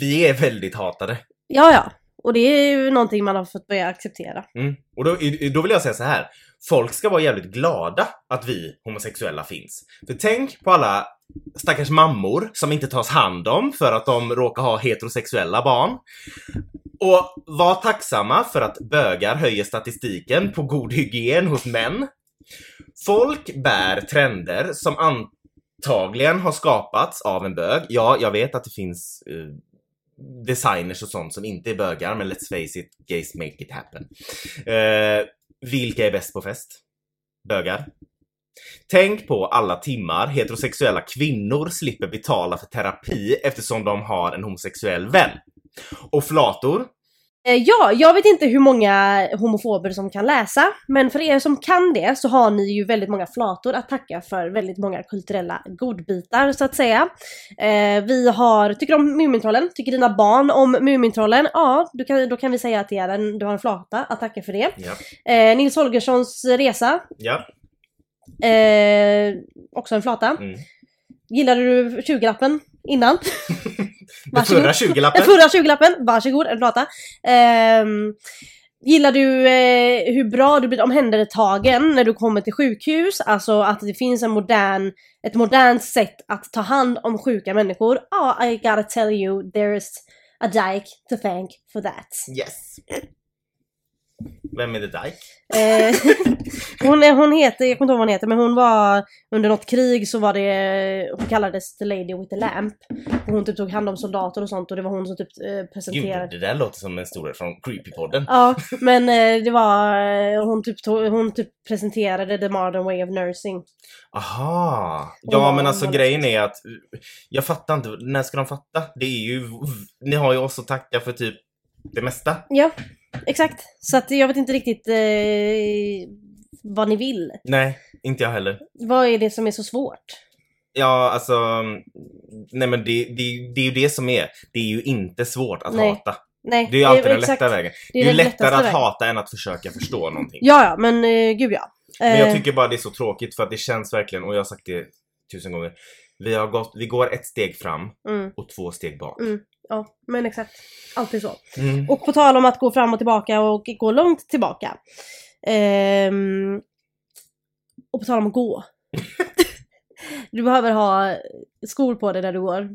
vi är väldigt hatade. Ja ja, och det är ju någonting man har fått börja acceptera. Mm. Och då, i- då vill jag säga så här. Folk ska vara jävligt glada att vi homosexuella finns. För tänk på alla stackars mammor som inte tas hand om för att de råkar ha heterosexuella barn. Och var tacksamma för att bögar höjer statistiken på god hygien hos män. Folk bär trender som antagligen har skapats av en bög. Ja, jag vet att det finns eh, designers och sånt som inte är bögar, men let's face it, gays make it happen. Eh, vilka är bäst på fest? Bögar. Tänk på alla timmar heterosexuella kvinnor slipper betala för terapi eftersom de har en homosexuell vän. Och flator, Eh, Ja, jag vet inte hur många homofober som kan läsa, men för er som kan det så har ni ju väldigt många flator att tacka för väldigt många kulturella godbitar så att säga. Eh, vi har, tycker du om Mumintrollen? Tycker dina barn om Mumintrollen? Ja, du kan, då kan vi säga att det är en, du har en flata att tacka för det. ja, Eh, Nils Holgerssons resa, ja, eh, också en flata. mm. Gillade du 20-lappen innan? Den Varsågod. förra 20-lappen. Den förra 20-lappen, varsågod, en plata. Ehm, gillar du eh, hur bra du blir omhändertagen när du kommer till sjukhus? Alltså att det finns en modern, ett modernt sätt att ta hand om sjuka människor? Ja, I gotta tell you, there's a dyke to thank for that. Yes. Vem är det där? Eh, hon, är- hon heter, jag kommer inte ihåg vad hon heter, men hon var under något krig så var det, hon kallades the lady with the lamp. Och hon typ tog hand om soldater och sånt och det var hon som typ eh, presenterade. Gud, det där låter som en stor från Creepypodden. Ja, men eh, det var, eh, hon typ, tog, hon typ presenterade the modern way of nursing. Aha! Och Ja vad- men alltså vad- grejen är att eh, jag fattar inte, när ska de fatta? Det är ju, ni har ju oss att tacka för typ det mesta. Ja, exakt. Så att jag vet inte riktigt eh, vad ni vill. Nej, inte jag heller. Vad är det som är så svårt? Ja alltså, mm, nej men det, det, det är ju det som är, det är ju inte svårt att Nej. hata. Nej, Det är ju alltid den exakt. lätta vägen. Det är, den ju lättare lättaste att vägen. hata än att försöka förstå någonting. Ja, ja, men eh, gud ja. Men jag Eh, tycker bara det är så tråkigt för att det känns verkligen, och jag har sagt det tusen gånger, vi, har gått, vi går ett steg fram mm, och två steg bak. Mm. ja, men exakt. Alltid så. Mm. Och på tal om att gå fram och tillbaka och gå långt tillbaka. Ehm, och på tal om att gå. du behöver ha skor på dig när du går.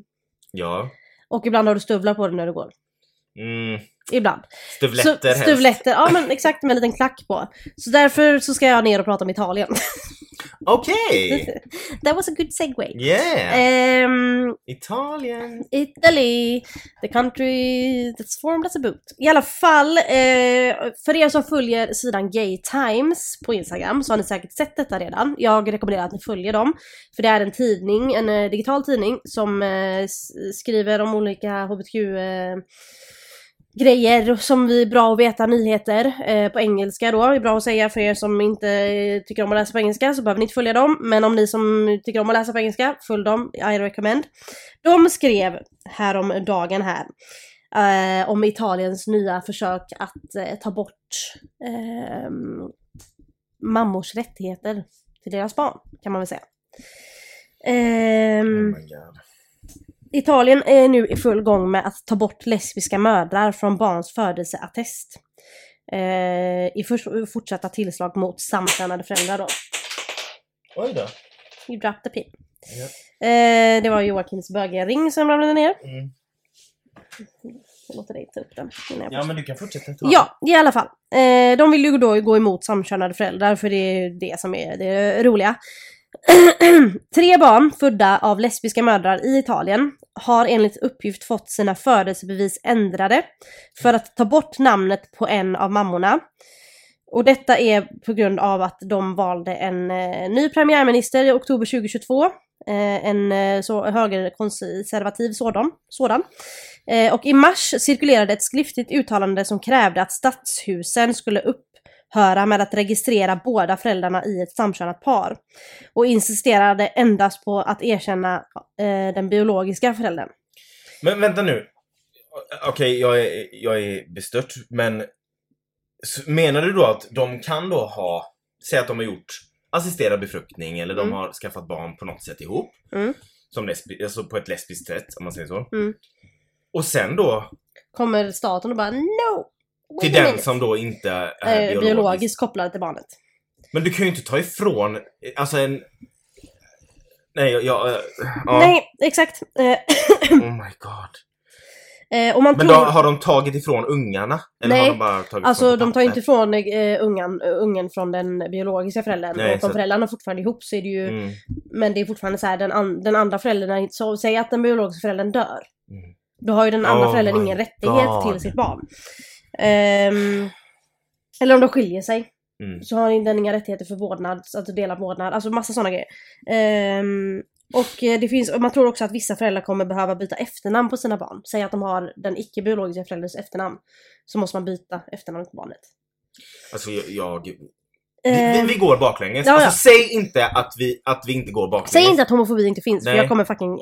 Ja. Och ibland har du stövlar på dig när du går. Mm. Ibland. Stövletter så, helst. stövletter, ja men exakt med en liten klack på. Så därför så ska jag ner och prata om Italien. Okej! That was a good segue. Yeah! Ehm, Italien! Italy, the country that's formed as a boot. I alla fall, eh, för er som följer sidan Gay Times på Instagram så har ni säkert sett detta redan. Jag rekommenderar att ni följer dem. För det är en tidning, en eh, digital tidning som eh, s- skriver om olika hbtq eh, grejer som vi är bra att veta, nyheter eh, på engelska då. Det är bra att säga för er som inte eh, tycker om att läsa på engelska så behöver ni inte följa dem. Men om ni som tycker om att läsa på engelska, följ dem. I recommend. De skrev häromdagen här eh, om Italiens nya försök att eh, ta bort eh, mammors rättigheter till deras barn, kan man väl säga. Ehm, Oh my god. Italien är nu i full gång med att ta bort lesbiska mödrar från barns födelseattest. Eh, I förs- fortsatta tillslag mot samkönade föräldrar då. Oj då. You dropped the pin. Ja. Eh, det var Joakims bögiga ring som ramlade ner. Mm. Jag låter dig ta upp den. innan jag Ja men du kan fortsätta ta. Ja, i alla fall. Eh, de vill ju då gå emot samkönade föräldrar för det är ju det som är det roliga. Tre barn födda av lesbiska mödrar i Italien har enligt uppgift fått sina födelsebevis ändrade för att ta bort namnet på en av mammorna. Och detta är på grund av att de valde en eh, ny premiärminister i oktober 2022. Eh, en eh, så, högerkonservativ sådan. sådan. Eh, och i mars cirkulerade ett skriftligt uttalande som krävde att stadshusen skulle upphöra med att registrera båda föräldrarna i ett samkönat par. Och insisterade endast på att erkänna eh, den biologiska föräldern. Men vänta nu. Okej, jag, är, jag är bestört, men s- menar du då att de kan då ha, säg att de har gjort assisterad befruktning eller de Mm. har skaffat barn på något sätt ihop. Mm. Som lesbi- alltså på ett lesbiskt sätt om man säger så. Mm. Och sen då Kommer staten och bara no! wait till a den minute." som då inte Eh, är biologiskt. biologisk. kopplade till barnet. Men du kan ju inte ta ifrån, alltså en... Nej, jag... jag äh, ja. Nej, exakt. Eh, Oh my god. Eh, och man Men då, tror... har de tagit ifrån ungarna? Eller Nej, har de bara tagit Alltså ifrån de tar ju inte pappret? ifrån eh, ungan, ungen från den biologiska föräldern. Nej, och så om att- föräldrarna fortfarande är ihop så är det ju, Mm. men det är fortfarande så här, den, an, den andra föräldern, är inte- så, säg att den biologiska föräldern dör. Mm. Då har ju den andra Oh föräldern my ingen rättighet God. till sitt barn. Ehm, eller om de skiljer sig. Mm. Så har den inga rättigheter för vårdnad, så att dela vårdnad, alltså massa sådana grejer. Ehm, och eh, det finns, och man tror också att vissa föräldrar kommer behöva byta efternamn på sina barn. Säg att de har den icke biologiska förälderns efternamn. Så måste man byta efternamn på barnet. Alltså jag... jag vi, Ehm, vi, vi går baklänges. ja, alltså ja. säg inte att vi, att vi inte går baklänges. Säg inte att homofobi inte finns, Nej. för jag kommer fucking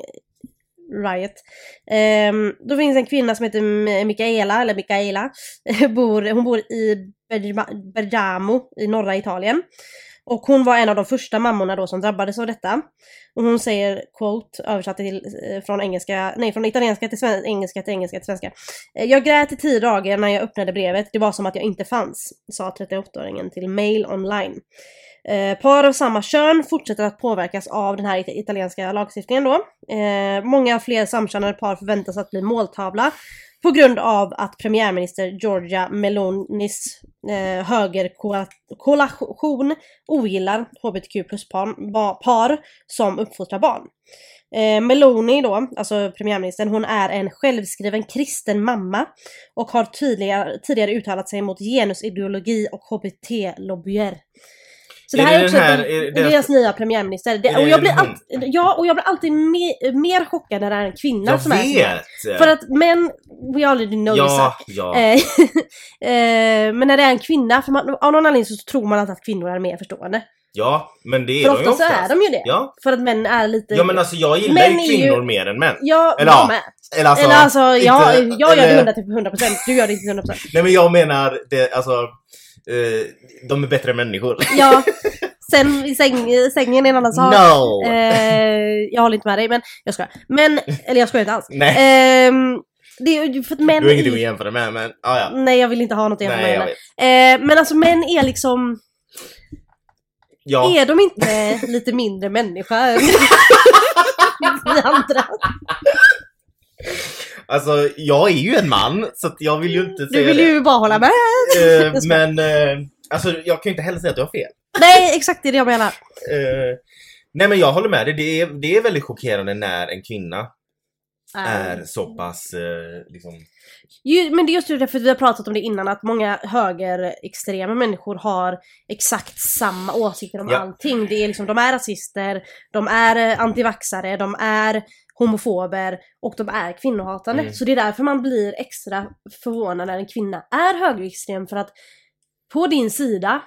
riot. Ehm, då finns en kvinna som heter M- Michaela, eller Michaela. Bor, hon bor i Bergma- Bergamo i norra Italien. Och hon var en av de första mammorna då som drabbades av detta. Och hon säger, quote, översatt till, eh, från, engelska, nej, från italienska till sven- engelska till engelska till svenska. Eh, Jag grät i tio dagar när jag öppnade brevet. Det var som att jag inte fanns, sa 38-åringen till Mail Online. Eh, par av samma kön fortsätter att påverkas av den här it- italienska lagstiftningen då. Eh, många fler samkönade par förväntas att bli måltavla på grund av att premiärminister Giorgia Melonis eh, högerkoalition ogillar hbtq plus-par ba- par som uppfostrar barn. Eh, Meloni då, alltså premiärministern, hon är en självskriven kristen mamma och har tydligare, tidigare uttalat sig mot genusideologi och hbt-lobbyer. Så det Är här är, det också den här- den- är det deras, deras- nya premiärminister. Det, Är och det jag blir hon? alltid, ja, och jag blir alltid me, mer chockad när det är en kvinna Jag som är sån här. vet! För att män, we already know this. ja, ja. Eh, eh, men när det är en kvinna, för man, av någon anledning så tror man alltid att kvinnor är mer förstående. ja, men det är För de ju ofta så oftast. är de ju det. Ja. För att män är lite... ja men alltså jag gillar Män ju är kvinnor ju- mer än män. Ja, eller jag ja, med. Eller alltså... Eller alltså, jag, inte- jag gör det eller- 100, till 100%, du gör det inte 100%. Nej men jag menar, det, alltså... Eh, de är bättre människor. Ja, alltså, sen i säng, i sängen är en annan sak. No! Eh, jag håller inte med dig, men jag skojar. Men, eller jag skojar inte alls. Nej. Ehm, Det är ju för att män... Du har ingenting är- att jämföra med men ah, ja. Nej jag vill inte ha något att jämföra Nej med jag heller. vet. Eh, men alltså män är liksom, Ja. är de inte lite mindre människa än vi andra? Alltså jag är ju en man så att jag vill ju inte Du säga vill ju bara hålla med. det. Eh, men eh, alltså jag kan ju inte heller säga att du har fel. Nej exakt det är det jag menar. Eh, nej men jag håller med dig. Det är, det är väldigt chockerande när en kvinna är så pass eh, liksom... Ju, men det är just det, för vi har pratat om det innan, att många högerextrema människor har exakt samma åsikter om Ja. allting. Det är liksom, de är rasister, de är eh, antivaxare, de är homofober och de är kvinnohatande. Mm. Så det är därför man blir extra förvånad när en kvinna är högerextrem, för att på din sida,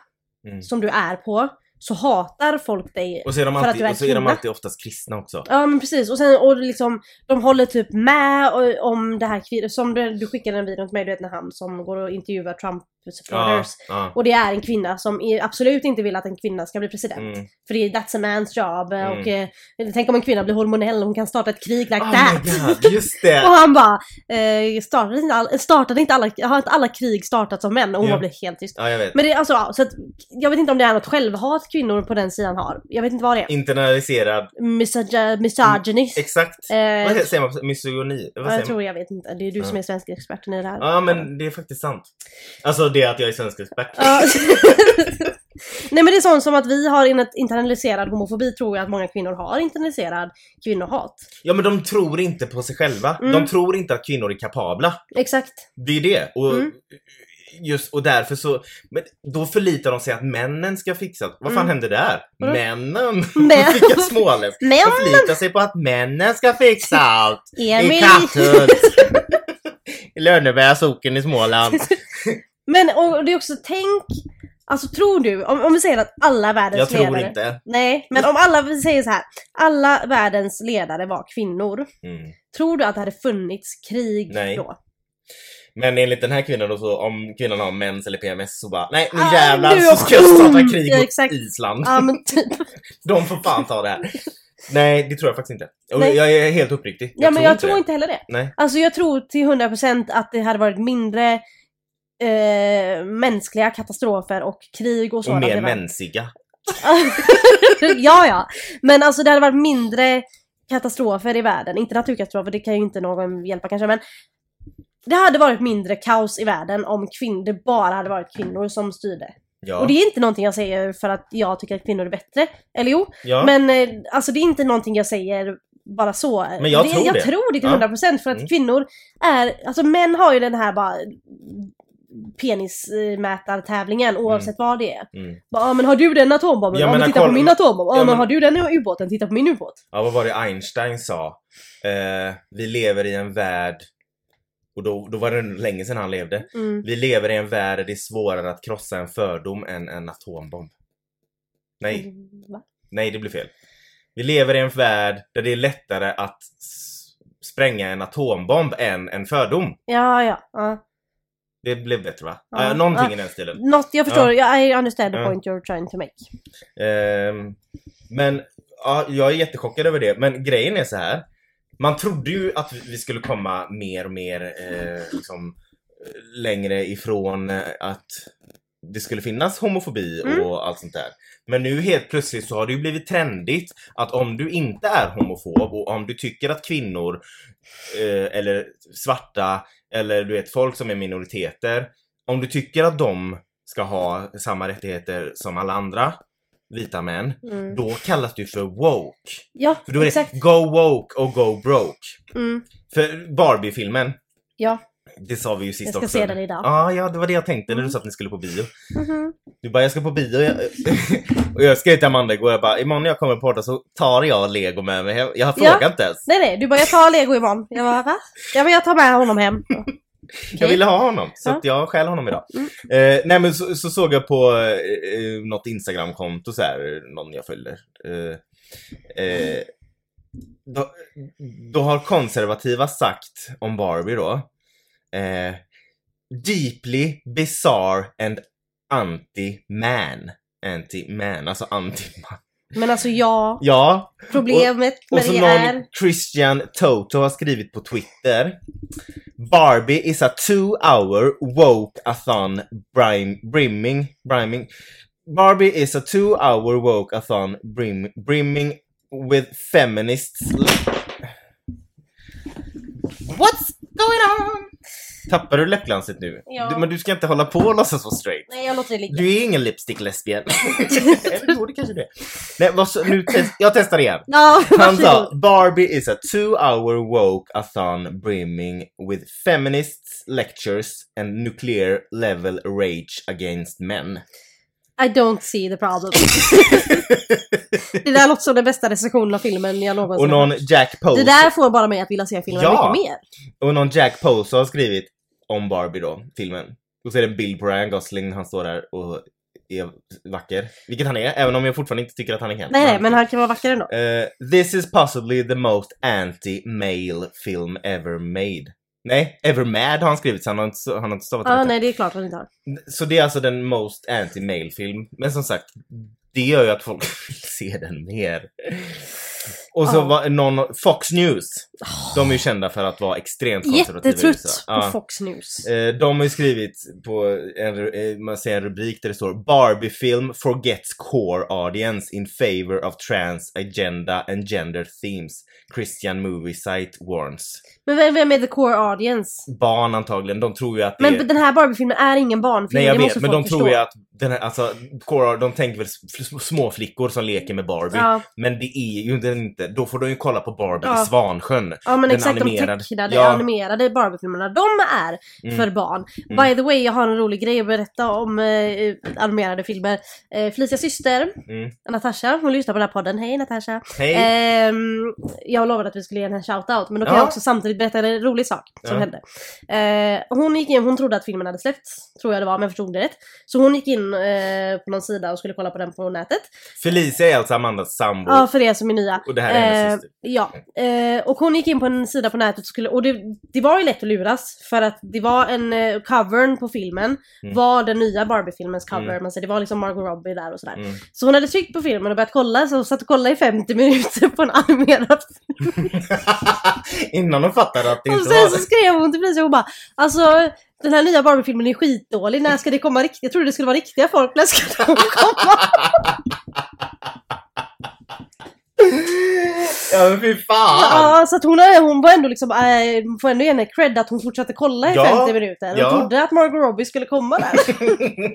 Mm. som du är på, så hatar folk dig Och så är de För att alltid, du är och så är de kvinna. alltid oftast kristna också. Ja men precis och sen och liksom de håller typ med och- om det här kvin- som du, du skickade en video till mig du vet när han som går och intervjuar Trump Ja, supporters. ja. Och det är en kvinna som i- absolut inte vill att en kvinna ska bli president. Mm. För det är that's a man's job Mm. och eh, tänk om en kvinna blir hormonell och hon kan starta ett krig like Oh my that. god, just Och det! han bara, eh, startade inte, all, startade inte alla, har inte alla krig startats av män? Och hon Ja. bara blev helt tyst. Ja jag vet. Men det, är alltså, ja, så att, jag vet inte om det är något självhat kvinnor på den sidan har. Jag vet inte vad det är. Internaliserad, Misogy- misogyny. exakt. Eh, Mm. Vad he- säger man? Misogyni? Vad Ja, säger jag man? tror jag vet inte. Det är du som Ja. är svensk experten i det här. Ja men det är faktiskt sant. Alltså det att jag är svensk expert. Ja. Nej men det är sånt som att vi har in- ett internaliserad homofobi tror jag att många kvinnor har internaliserad kvinnohat. Ja men de tror inte på sig själva. Mm. De tror inte att kvinnor är kapabla. Exakt. Det är det. Och, Mm. just, och därför så, men då förlitar de sig att männen ska fixa Vad fan Mm. hände där? Vadå? Männen! Men, Vilka småländska! men De förlitar sig på att männen ska fixa allt! I Emil! Katthult! I Lönneberga socken i Småland. Men och det är också tänk, alltså tror du, om, om vi säger att alla världens Jag tror ledare inte. Nej, men om alla, vi säger så här, alla världens ledare var kvinnor. Mm. Tror du att det hade funnits krig Nej. då? Men enligt den här kvinnan då så, om kvinnan har mens eller PMS så bara nej nu Ah, jävlar nu så ska jag åker- starta krig Ja, mot exakt. Island. Ja men typ. De får fan ta det här. Nej, det tror jag faktiskt inte. Och Nej. jag är helt uppriktig. Ja men jag tror det. inte heller det. Nej. Alltså jag tror till 100% att det hade varit mindre eh, mänskliga katastrofer och krig och Och sådant. mer Det var- mänsiga. ja, ja. Men alltså det hade varit mindre katastrofer i världen. Inte naturkatastrofer, det kan ju inte någon hjälpa kanske, men det hade varit mindre kaos i världen om kvin- det bara hade varit kvinnor som styrde. Ja. Och det är inte någonting jag säger för att jag tycker att kvinnor är bättre. Eller jo, ja. men eh, alltså det är inte någonting jag säger bara så. Men jag tror jag det. tror det till Ja. 100% procent för att Mm. kvinnor är, alltså män har ju den här bara penismätartävlingen oavsett vad det är. Mm. Bara, Ja men har du den atombomben? Jag Ja men menar, titta på kolla- min atombomb. Ja, Ja, men, men- har du den i ubåten? Titta på min ubåt. ja, vad var det Einstein sa? Eh, vi lever i en värld, och då, då var det länge sedan han levde. Mm. Vi lever i en värld där det är svårare att krossa en fördom än en atombomb. Mm. Nej, Va? nej det blir fel. Vi lever i en värld där det är lättare att s- spränga en atombomb än en fördom. Ja, ja. ja. Det blev bättre va? Ja. Eh, någonting Ja. i den stilen. Något, jag förstår, jag I understand the Ja. point you're trying to make. Ehm, men ja, jag är jättechockad över det. Men grejen är så här. Man trodde ju att vi skulle komma mer och mer eh, liksom, eh, längre ifrån eh, att det skulle finnas homofobi och Mm. allt sånt där. Men nu helt plötsligt så har det ju blivit trendigt att om du inte är homofob och om du tycker att kvinnor eh, eller svarta eller du vet folk som är minoriteter, om du tycker att de ska ha samma rättigheter som alla andra vita män, Mm. då kallas du för woke. Ja, För då är exakt. det go woke och go broke. Mm. För Barbie-filmen, Ja, det sa vi ju sist jag ska också. se den idag. Ja, ja, det var det jag tänkte när du Mm. sa att ni skulle på bio. Mhm. Du bara, jag ska på bio. Jag... och jag skrev till Amanda igår, jag bara, imorgon när jag kommer på podden så tar jag lego med mig hem. Jag har Ja. frågat inte ens. Nej, nej, du bara jag tar lego imorgon. Jag bara va? Ja men jag tar med honom hem. Okej. Jag ville ha honom, så Ja. att jag stjäl honom idag. Mm. Eh, nej men så, så såg jag på eh, eh, något Instagramkonto så här, någon jag följer. Eh, eh, då, då har konservativa sagt om Barbie då. Eh, deeply bizarre and anti-man. Anti-man, alltså anti-man. Men alltså ja, Ja, problemet och med så det någon är... Christian Toto har skrivit på Twitter. Barbie is a two hour woke-a-thon brim, brimming, brimming. Barbie is a two hour woke-a-thon brim, brimming with feminists. What's going on? Tappar du läppglanset nu? Ja. Du, men du ska inte hålla på och låtsas vara straight. Nej, jag låter det ligga. Du är ingen lipstick lesbian. Eller jo, det kanske du är. Nej, vad så, nu test, jag testar igen. Ja, Han varsågod. sa Barbie is a two hour woke athon brimming with feminists, lectures and nuclear level rage against men. I don't see the problem. det där låter som den bästa recensionen av filmen jag någonsin och, någon hört. Jack Pol- Det där får bara mig att vilja se filmen Ja. mycket mer. och någon Jack Poso har skrivit om Barbie då, filmen. Och så är det en bild på Ryan Gosling när han står där och är vacker. Vilket han är, även om jag fortfarande inte tycker att han är Nej, nej, men han kan vara vacker ändå. Eh, this is possibly the most anti-male film ever made. Nej, ever mad har han skrivit så han har inte, han har inte stavat Ja, rätt. nej, det är klart att han inte har. Så det är alltså den most anti-male film. Men som sagt, det gör ju att folk vill se den mer. Och så Ja. Ah. var någon, Fox News. De är ju kända för att vara extremt konservativa i USA. Jättetrött Ja. på Fox News. Eh, De har ju skrivit på en, ru- eh, man ser en rubrik där det står Barbie film forgets core audience in favor of trans agenda and gender themes. Christian movie site warns. Men vem, vem är the core audience? Barn antagligen, de tror ju att det Men är... den här Barbie-filmen är ingen barnfilm, Nej jag det måste vet, men folk de förstå. tror ju att den här, alltså, core, de tänker väl s- små flickor som leker med Barbie. Ja, Men det är ju den inte. Då får de ju kolla på Barbie Ja. i Svansjön. ja men Den exakt, animerad. de tecknade, Ja. animerade Barbie-filmerna, de är Mm. för barn. Mm. By the way, jag har en rolig grej att berätta om eh, animerade filmer. Eh, Felicias syster, Mm. Natasha, hon lyssnar på den här podden. Hej Natasha! Hej! Ehm, jag lovade att vi skulle ge henne en shoutout, men då kan Ja. jag också samtidigt berätta en rolig sak som Ja. hände. Eh, hon gick in, hon trodde att filmen hade släppts, tror jag det var, men jag förstod det rätt. Så hon gick in eh, på någon sida och skulle kolla på den på nätet. Felicia är alltså Amandas sambo. Ja, för er som är nya. Och det här är hennes Eh, syster. Ja, eh, och hon gick in på en sida på nätet och skulle, och det, det var ju lätt att luras för att det var en, eh, covern på filmen Mm. var den nya Barbie-filmens cover, Mm. men så det var liksom Margot Robbie där och sådär. Mm. Så hon hade tryckt på filmen och börjat kolla, så hon satt och kollade i 50 minuter på en animerad Innan de fattade att det Och inte sen var så det. skrev hon till Felicia och hon bara Alltså den här nya Barbie-filmen är skitdålig, när ska det komma riktigt? Jag trodde det skulle vara riktiga folk, när ska de komma? Ja men fy fan! Ja, så att hon, har- hon var ändå liksom, äh, får ändå ge henne cred att hon fortsatte kolla i Ja, 50 minuter. Hon ja. trodde att Margot Robbie skulle komma där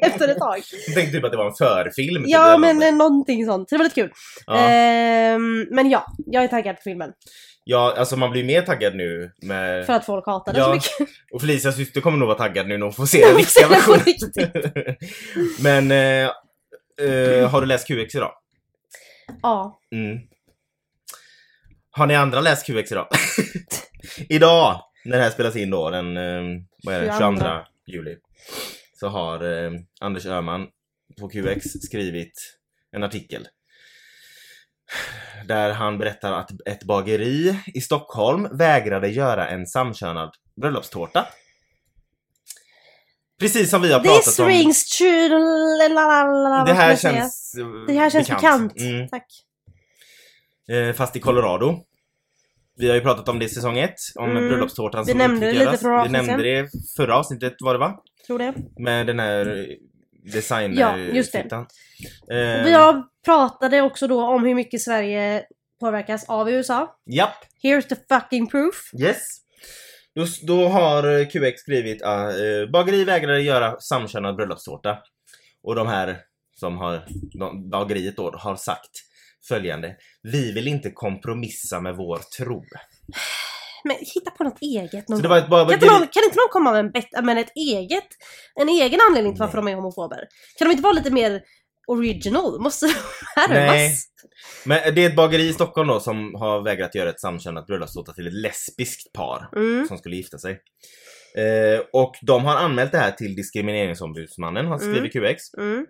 efter ett tag. Jag tänkte typ att det var en förfilm. typ, Ja eller men något. eh, någonting sånt, så det var lite kul. ja. Ehm, men ja, jag är taggad på filmen. ja, alltså man blir mer taggad nu med... För att folk hatar den Eh. Ja, så mycket. Och Felicias syster kommer nog vara taggad nu när hon får se den riktiga Hon får versionen. se den på riktigt. men eh, eh, har du läst QX idag? Ja. Mm. Har ni andra läst QX idag? idag, när det här spelas in då, den eh, vad är det, 22 22 juli, så har eh, Anders Öhman på QX skrivit en artikel. Där han berättar att ett bageri i Stockholm vägrade göra en samkönad bröllopstårta. Precis som vi har pratat This om. rings true... lalalala, vad ska det här jag säga? känns, eh, Det här känns bekant. Mm. Tack. Eh, fast i Colorado. Vi har ju pratat om det i säsong 1, om Mm. bröllopstårtan Vi nämnde det lite utdelas. förra Vi avsnittet. nämnde det förra avsnittet var det va? Tror det. Med den här designer... Ja, just det. fittan. Och Eh, Jag pratade också då om hur mycket Sverige påverkas av USA. Japp, Here's the fucking proof. yes. Då, s- då har eh, QX skrivit att eh, bageri vägrade göra samkönad bröllopstårta. Och de här som har, de, bageriet då, har sagt följande. Vi vill inte kompromissa med vår tro. Men hitta på något eget Så någon det var ett gång. kan, inte bageri... någon, kan inte någon komma med, en bet- med ett eget, en egen anledning till varför de är homofober? Kan de inte vara lite mer original? Måste de Nej. härmas? Men det är ett bageri i Stockholm då som har vägrat göra ett samkönat bröllopstårta till ett lesbiskt par Mm. som skulle gifta sig. Eh, och de har anmält det här till diskrimineringsombudsmannen, han skriver QX. Mm.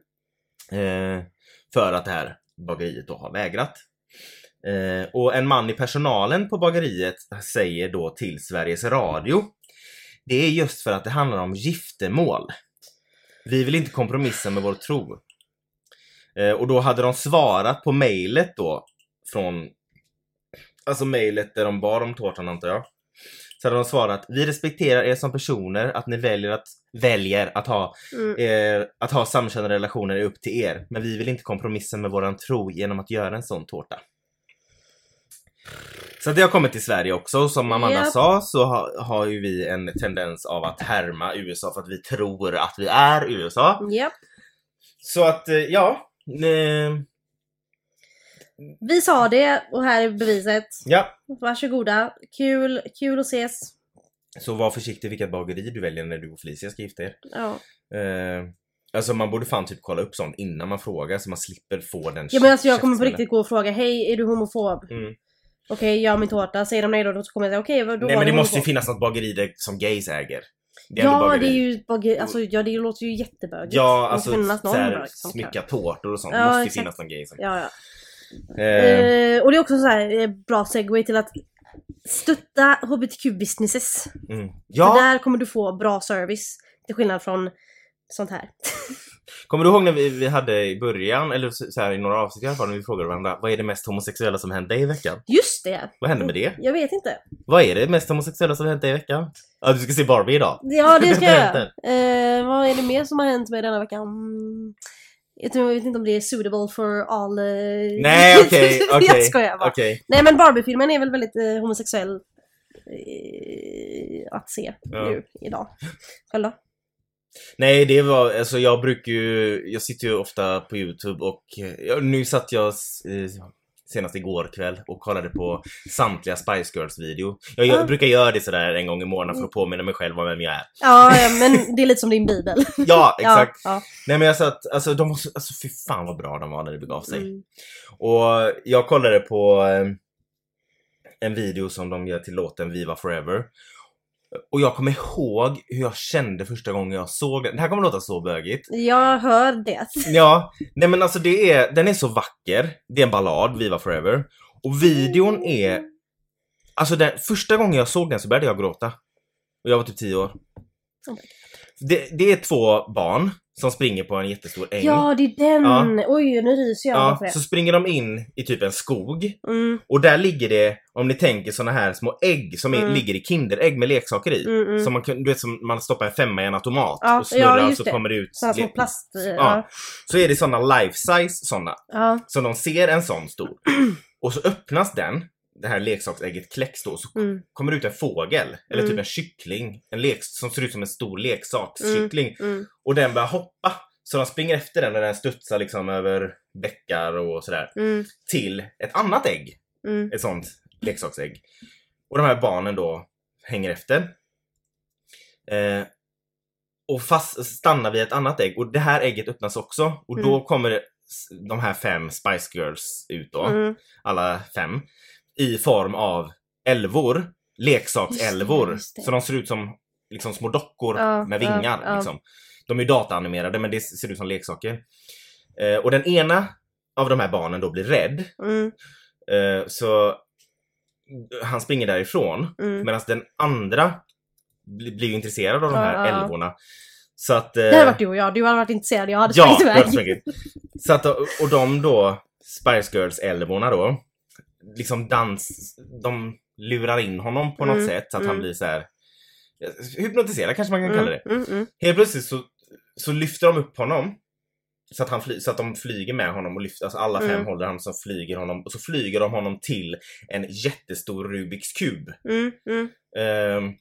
Eh, för att det här bageriet då har vägrat. Eh, och en man i personalen på bageriet säger då till Sveriges Radio. Det är just för att det handlar om giftermål. Vi vill inte kompromissa med vår tro. Eh, och då hade de svarat på mejlet då från, alltså mejlet där de bad om tårtan antar jag. Så hade de svarat, vi respekterar er som personer, att ni väljer att, väljer att ha Mm. er, Eh, att ha samkönade relationer är upp till er, men vi vill inte kompromissa med våran tro genom att göra en sån tårta. Så att det har kommit till Sverige också. Som Amanda Japp. sa så ha, har ju vi en tendens av att härma USA för att vi tror att vi är USA. Japp. Så att, eh, ja. Eh, Vi sa det och här är beviset. ja. Varsågoda. Kul, kul att ses. Så var försiktig vilket bageri du väljer när du och Felicia ska gifta er. Ja. Eh, alltså man borde fan typ kolla upp sånt innan man frågar så man slipper få den ja men alltså jag kommer på käftsmällen. riktigt gå och fråga, hej är du homofob? Mm. Okej, gör min tårta. Säger de nej då, då kommer jag säga okej, då Nej var men det du måste ju homofob. finnas något bageri där, som gays äger. Det är ändå Ja bageri. det är ju bageri, alltså ja det låter ju jättebögigt. Ja Det måste alltså finnas någon såhär, bög som kan- smycka tårtor och sånt. Ja, det måste ju exakt. finnas någon gay som... Ja, ja. Eh, Eh, och det är också så här eh, bra segway till att stötta hbtq-businesses. mm. För Ja, där kommer du få bra service. Till skillnad från sånt här. kommer du ihåg när vi, vi hade i början, eller så så här, i några avsnitt i alla fall, när vi frågade varandra vad är det mest homosexuella som hände i veckan? Just det! Vad hände med det? Jag vet inte. Vad är det mest homosexuella som hände i veckan? Ja, du ska se Barbie idag. Ja, det ska jag göra. Vänta. Eh, vad är det mer som har hänt med denna veckan? Mm, Jag, tror, jag vet inte om det är suitable for all... eh, Nej, okej, okej. jag skojar bara. Okej. Nej men Barbie-filmen är väl väldigt eh, homosexuell eh, att se Ja. nu idag. Själv då? Nej, det var, alltså jag brukar ju, jag sitter ju ofta på YouTube och eh, ja, nu satt jag eh, senast igår kväll och kollade på samtliga Spice Girls video. Jag, gör- Ah. Mm. brukar göra det sådär en gång i månaden för att påminna mig själv om vem jag är. Ja, ja, men det är lite som din bibel. Ja, exakt. Ja, Nej men jag satt, alltså de var så, alltså fy fan vad bra de var när det begav ja. sig. Mm. Och jag kollade på eh, en video som de gör till låten Viva Forever. Och jag kommer ihåg hur jag kände första gången jag såg den. Det här kommer låta så bögigt. Jag hör det. Ja, nej men alltså det är, den är så vacker. Det är en ballad, Viva Forever. Och videon är, alltså den, första gången jag såg den så började jag gråta. Och jag var typ 10 år. Oh my God. Det, det är två barn som springer på en jättestor äng. Ja, det är den! Oj, nu ryser jag bara Ja, för det. så springer de in i typ en skog Mm, och där ligger det, om ni tänker såna här små ägg som är, Mm. ligger i kinderägg med leksaker i. mm, mm. Som man, kan- du vet som man stoppar en femma i en automat Ja, och snurrar ja, och just så det. kommer det ut. Sådana små le- plast... eh, Ja. Ja. Så är det såna life size såna. ja. Så de ser en sån stor. Och så öppnas den, det här leksaksägget kläcks då, så Mm, kommer det ut en fågel. Eller Mm. typ en kyckling. En lek, som ser ut som en stor leksakskyckling. mm. Och den börjar hoppa. Så de springer efter den och den studsar liksom över bäckar och sådär. Mm, Till ett annat ägg. mm, Ett sånt leksaksägg. Och de här barnen då hänger efter. Eh, och fast, stannar vid ett annat ägg. Och det här ägget öppnas också. Och Mm. då kommer s- de här fem Spice Girls ut då. mm. Alla fem. I form av älvor. Leksaksälvor. Just det, just det. Så de ser ut som liksom, små dockor Ja, med ja, vingar. ja. Liksom. De är ju dataanimerade men det ser ut som leksaker. Eh, och den ena av de här barnen då blir rädd. mm, Eh, så han springer därifrån mm. medan den andra bli- blir ju intresserad av de Ja, här ja, ja. älvorna. Så att... eh, Det hade varit du och jag. Du hade varit intresserad, jag hade ja, sprungit det hade iväg. sprungit. Så att, och de då, Spice Girls-älvorna då, liksom dans... De lurar in honom på något Mm, sätt så att han mm. blir så här eh, hypnotiserad kanske man kan kalla det. Mm, mm, mm. Helt plötsligt så, så lyfter de upp honom. Så att, han fly, så att de flyger med honom och lyfter, alltså alla fem Mm. håller han som flyger honom. Och så flyger de honom till en jättestor Rubiks kub. Mm, mm. Ehm,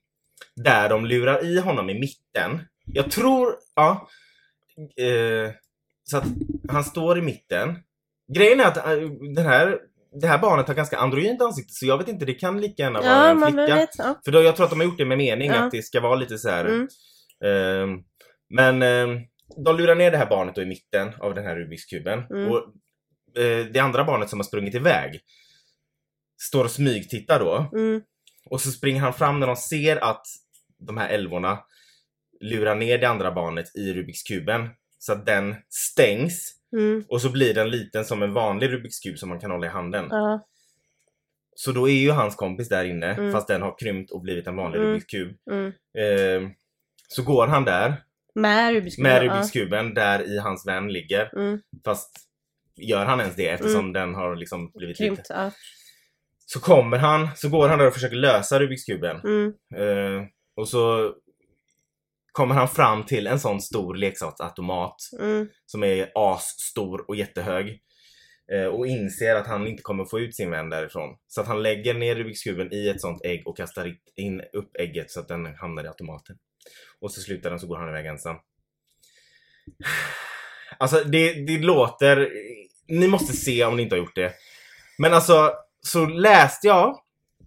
där de lurar i honom i mitten. Jag tror, ja. Eh, så att han står i mitten. Grejen är att eh, den här, det här barnet har ganska androgynt ansikte så jag vet inte, det kan lika gärna vara Ja, en man flicka. vet. Ja. För då, jag tror att de har gjort det med mening, Ja. att det ska vara lite så här. Mm. ehm, men ehm, de lurar ner det här barnet då i mitten av den här Rubiks kuben. Mm. Och eh, det andra barnet som har sprungit iväg står och smygtittar då. Mm, Och så springer han fram när de ser att de här älvorna lurar ner det andra barnet i Rubiks kuben. Så att den stängs mm. och så blir den liten som en vanlig Rubiks kub som man kan hålla i handen. Ja. Så då är ju hans kompis där inne, Mm. fast den har krympt och blivit en vanlig Mm. Rubiks kub. Mm. Ehm, så går han där Med Rubiks kub. ja. med Rubiks kuben där i hans vän ligger. Mm. Fast gör han ens det eftersom den har liksom blivit liten. Grymt. Ja. Så kommer han, så går han där och försöker lösa Rubiks kuben. Mm. Eh, och så kommer han fram till en sån stor leksaksautomat Mm. som är asstor och jättehög. Eh, och inser att han inte kommer få ut sin vän därifrån. Så att han lägger ner Rubiks kuben i ett sånt ägg och kastar in upp ägget så att den hamnar i automaten. Och så slutar den så går han iväg ensam. Alltså det, det låter... Ni måste se om ni inte har gjort det. Men alltså, så läste jag.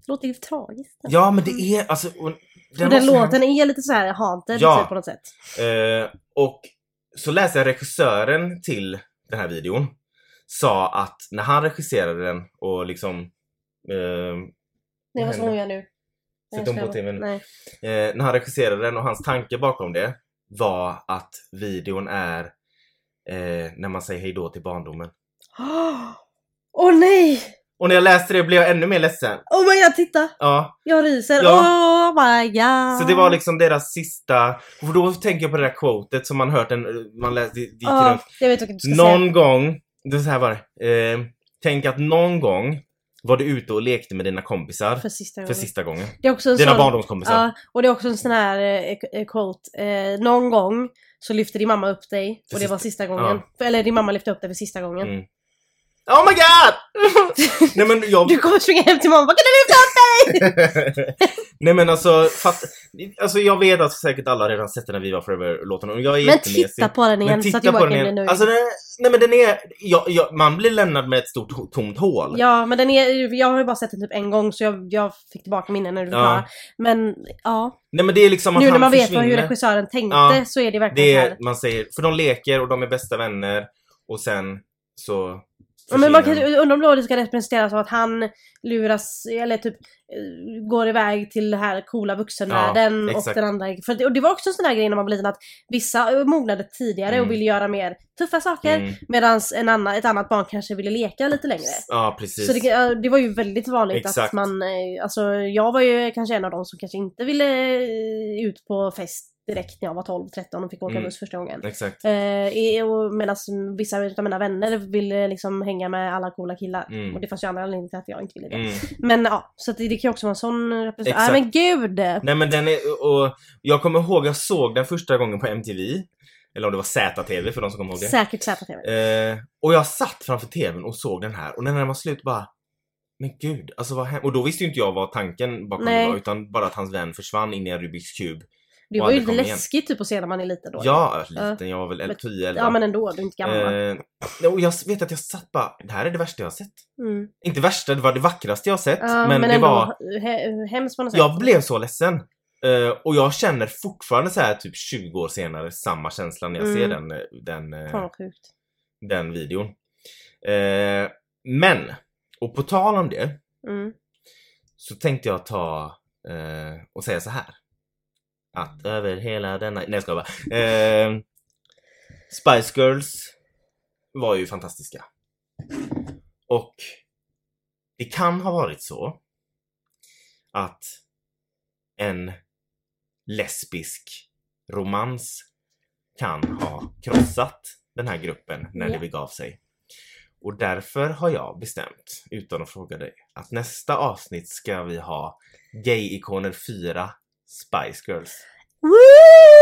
Låter ju tragiskt. Ja men det är alltså... och Den, och var den så här- låten är lite så här haunted Ja. typ, på något sätt. Eh, och så läste jag regissören till den här videon sa att när han regisserade den och liksom eh, Nej vad snor jag nu? Nej, hon jag ska- på TV:n? Nej. eh, när han regisserade den och hans tanke bakom det var att videon är eh, när man säger hejdå till barndomen. Åh oh, nej! Och när jag läste det blev jag ännu mer ledsen. Oh my god, titta! Ja, Jag ryser. Ja. Oh my god! så det var liksom deras sista... För då tänker jag på det där quotet som man hört, en, man läste, det gick Ja, runt jag vet vad du ska Någon säga. gång, det är så här var det. Eh, tänk att någon gång var du ute och lekte med dina kompisar för, För sista gången. sista gången. Det är också en Dina liksom. sån... barndomskompisar. Ja, och det är också en sån här eh, eh, quote. Eh, någon gång så lyfte din mamma upp dig För och det var sista gången. ja. För- Eller din mamma lyfte upp dig för sista gången. Mm. Oh my god! Nej men jag... Du kommer springa hem till mamma och bara, kan du lyfta upp Nej men alltså, fatt... alltså jag vet att säkert alla redan sett den här Viva Forever-låten och jag är mig? Men jättemesig. titta på den igen liksom. Men så titta att Joakim på den blir igen. nöjd. Alltså den, nej men den är, ja, ja, man blir lämnad med ett stort ho- tomt hål. Ja, men den är, jag har ju bara sett den typ en gång så jag, jag fick tillbaka minnen när du Ja. förklarade. Men ja, Nej men det är liksom att nu han när man vet vad, försvinner. hur regissören tänkte Ja. så är det verkligen Det så är, här. man säger, för de leker och de är bästa vänner och sen så Ja, Men man kan försvinner de. undra om Lodi ska representeras av att han luras, eller typ eh, går iväg till den här coola vuxenvärlden Ja, och exakt. den andra. För det, och det var också en sån här grej när man var liten att vissa eh, mognade tidigare Mm. och ville göra mer tuffa saker Mm. medan annan, ett annat barn kanske ville leka lite längre. Ja precis. Så det, eh, det var ju väldigt vanligt Exakt. att man, eh, alltså jag var ju kanske en av dem som kanske inte ville eh, ut på fest direkt när jag var 12-13 och fick åka Mm. buss första gången. Exakt. Uh, Medan vissa utav mina vänner ville liksom hänga med alla coola killar. Mm. Och det fanns ju andra anledningar till att jag inte ville det. Mm. Men ja, så att det, det kan ju också vara en sån representation. Exakt. Nej men gud! Nej men den är, och jag kommer ihåg jag såg den första gången på MTV. Eller om det var ZTV för de som kommer ihåg det. Säkert ZTV. Eh, och jag satt framför TVn och såg den här och när den var slut bara Men gud, alltså vad hände? Och då visste ju inte jag vad tanken bakom Nej. det var utan bara att hans vän försvann in i en Rubiks kub. Det och var ju aldrig lite kom igen. läskigt typ att se när man är liten då. Ja, jag var liten, jag var väl el- 10, 11. ja men ändå, du är inte gammal. Eh, nej, och jag vet att jag satt bara, det här är det värsta jag har sett. mm. Inte värsta, det var det vackraste jag har sett. Ja, men, det ändå var, he- hemskt på något sätt. jag blev så ledsen. Eh, och jag känner fortfarande så här typ 20 år senare samma känsla när jag Mm. ser den, eh, den, eh, Fan vad sjukt. den videon. Eh, men, och på tal om det Mm. så tänkte jag ta eh, och säga så här. Att över hela denna... Nej jag skojar bara. Eh, Spice Girls var ju fantastiska. Och det kan ha varit så att en lesbisk romans kan ha krossat den här gruppen när Ja. det begav sig. Och därför har jag bestämt, utan att fråga dig, att nästa avsnitt ska vi ha Gay-ikoner 4 Spice Girls. Woo!